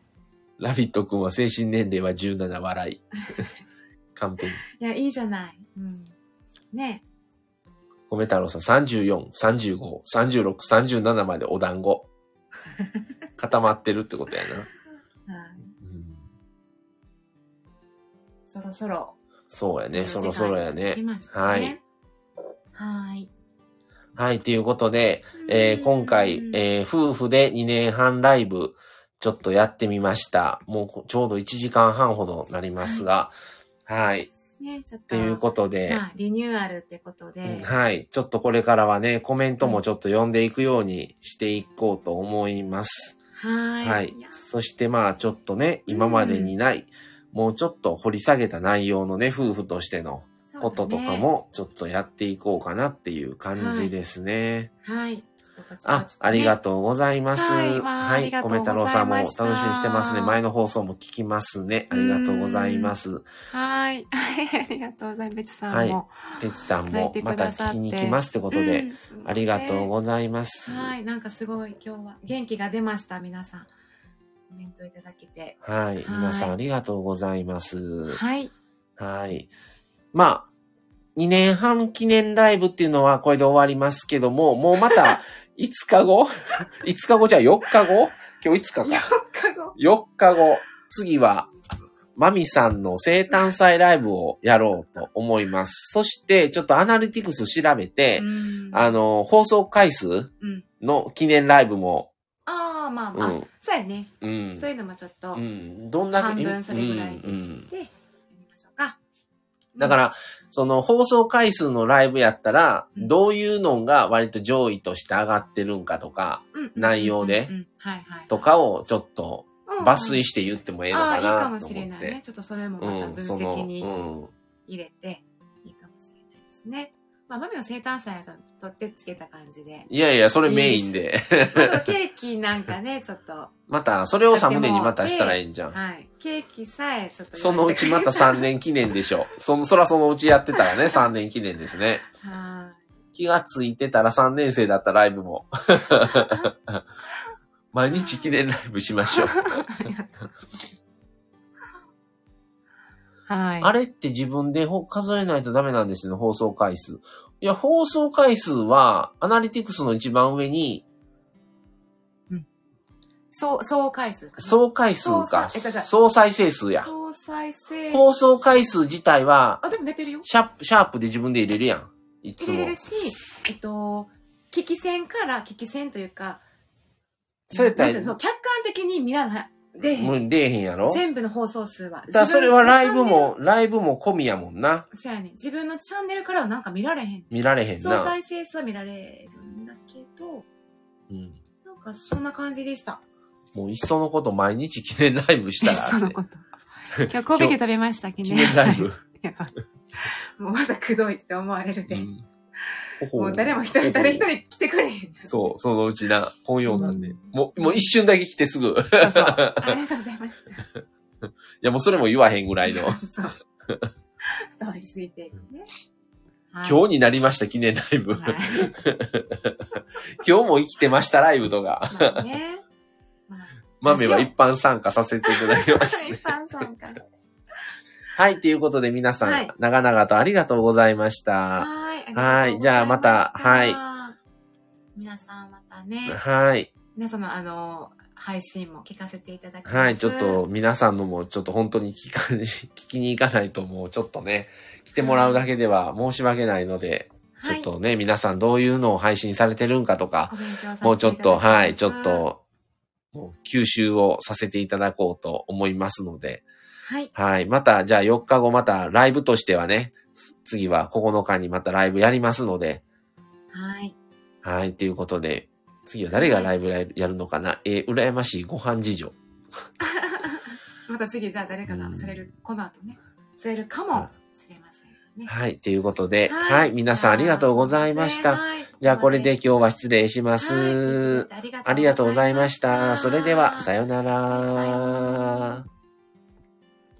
ラビットくんは精神年齢は17笑 い。カンペンギン。
いや、いいじゃない。うん。ね
米太郎さん34、35、36、37までお団子。固まってるってことやな。
え、はいそろそろ。
そうやね、そろそろやね
来。ましたね。
はい。
はーい。
はい、ということで、えー今回、えー夫婦で2年半ライブ、ちょっとやってみました。もうこちょうど1時間半ほどなりますが、はい、
ね、ちょっ
ということで、
まあ、リニューアルってことで。
うんはい、ちょっとこれからはね、コメントもちょっと読んでいくようにしていこうと思います。
はーい。
はい
や。
そしてまあちょっとね、今までにない、もうちょっと掘り下げた内容のね、夫婦としてのこととか。もちょっとやっていこうかなっていう感じですね。
そうだねはい。ちょっとこっちこ
あ
っち、とね
ありがとうございます。
はいわあありがとう
米
ござ
太
い
郎
ました
さんも楽しみにしてますね。前の放送も聞きますね。ありがとうございます。
はーい。 ありがとうございます。ベツさ
は
ん
い
も。
てつさん
泣
も
いて
ま
く
た
ださっ
聞
て
きに来ますってことで、
うんすいません
ありがとうございます。
はい。なんかすごい今日は元気が出ました、皆さん。コメントいただけて。
はい。 皆さんありがとうございます。
はい。
はい。まあ、 2年半記念ライブっていうのはこれで終わりますけども、もう また5日後 ?5 日後じゃあ4日後今日5日か。
日後。
4日後、次は、マミさんの生誕祭ライブをやろうと思います。そして、ちょっとアナリティクス調べて、
うん
あの、放送回数
うん
の記念ライブも、
ああ、まあ
う
まあ。
ん、
そうやね。
うん
そういうのもちょっと
う、ん、どんだけ
半分それぐらいにし
うん
て、やりましょうか。
だから、その放送回数のライブやったら、
うん
どういうのが割と上位として上がってるんかとか、
うん、
内容で
うんうんうんはいはい。
とかをちょっと
うん、
抜粋して言ってもええの
ああー、い
か
い
な
か
と思
も
っ
しれないね
て。。
ちょっとそれもまた
うん、
分
その、
析に
うん、。
入れて、いいかもしれないですね。まあ、マミの生誕祭はちょっと取ってつけた感じで
いやいや、それメインで。
あとケーキなんかね、ちょっと、
また、それをサムネにまたしたらいいんじゃん。
はい。ケーキさえちょっと
そのうちまた
さ。
3年記念でしょ。その、そらそのうちやってたらね、3年記念ですね。
は
気がついてたら3年生だったライブも。 毎日記念ライブしましょう。
い。ありがとう。
はい。
あれって自分でほ数えないとダメなんですよ、放送回数。いや、放送回数は、アナリティクスの一番上に、
そう、総回数かな。
総回数か、
総再えっとじゃあ
総再生数や。
総再生数。
放送回数自体は、
あ、でも出てるよ。
シャープ、シャープで自分で入れるやん。いつ
入れ
も
れ。るし、えっと、危機戦から危機戦というか、
そうやった
なんていうの
ら、
客観的に見らない。で、
もう出えへんやろだ
全部の放送数は。
からそれはライ
自
ブ
分のチャンネ
も、ライブも込みやもんな。
ル。そうやね。自分のチャンネルからはなんか見られへん。
見られへん
総
な。
再生数は見られるんだけど、
うん。
なんかそんな感じでした。
もういっそのこと毎日記念ライブし
い
た
っ
らって。
その こと。今日神戸家食べました、記
記念ライブ。
いや
もうまだくどいって思われるで。
うん
もう誰も一人、誰一人来てくれへん。
そう、そのうちな、本用なんで。
うん
もう、もう一瞬だけ来てすぐ。い
そうそう。
ありがとうございました。
や、もうそれも言わへんぐらいの。
そう。通り過ぎていくね。はい
今日になりました、記念ライブ。
はい
今日も生きてました、ライブとか。
まあね。まあ
豆は一般参加させていた だきます。
一般参加。
はい、ということで皆さん、
はい
長々とありがとうございました。
はい。
はいじゃあまたはい
い。皆さんまたね、
はい。
皆さんのあの、配信も聞かせていただきます。
はい、ちょっと皆さんのも、ちょっと本当に聞か、聞きに行かないともうちょっとね、来てもらうだけでは申し訳ないので、
はい、
ちょっとね、皆さんどういうのを配信されてるんかとか、
お勉強させていただきます、
もうちょっと、はい、ちょっ。と、もう吸収をさせていただこうと思いますので、
はい。
はい、また、じゃあ4日後またライブとしてはね、次は9日にまたライブやりますので、
はい。
はい、ということで、次は誰がライブやるのかなえー、羨ましいご飯事情。
また次、じゃあ誰かが釣れる、この後ね、釣れるか
うん
もしれませんね。
はい、ということで、
はい
はい、皆さんありがとうございました。
はい
じゃあこれで
はい
今日は失礼します。
聞いていただいて
ありがとうございました。それでは、さ
よ
ような
バイバ
ら
イ。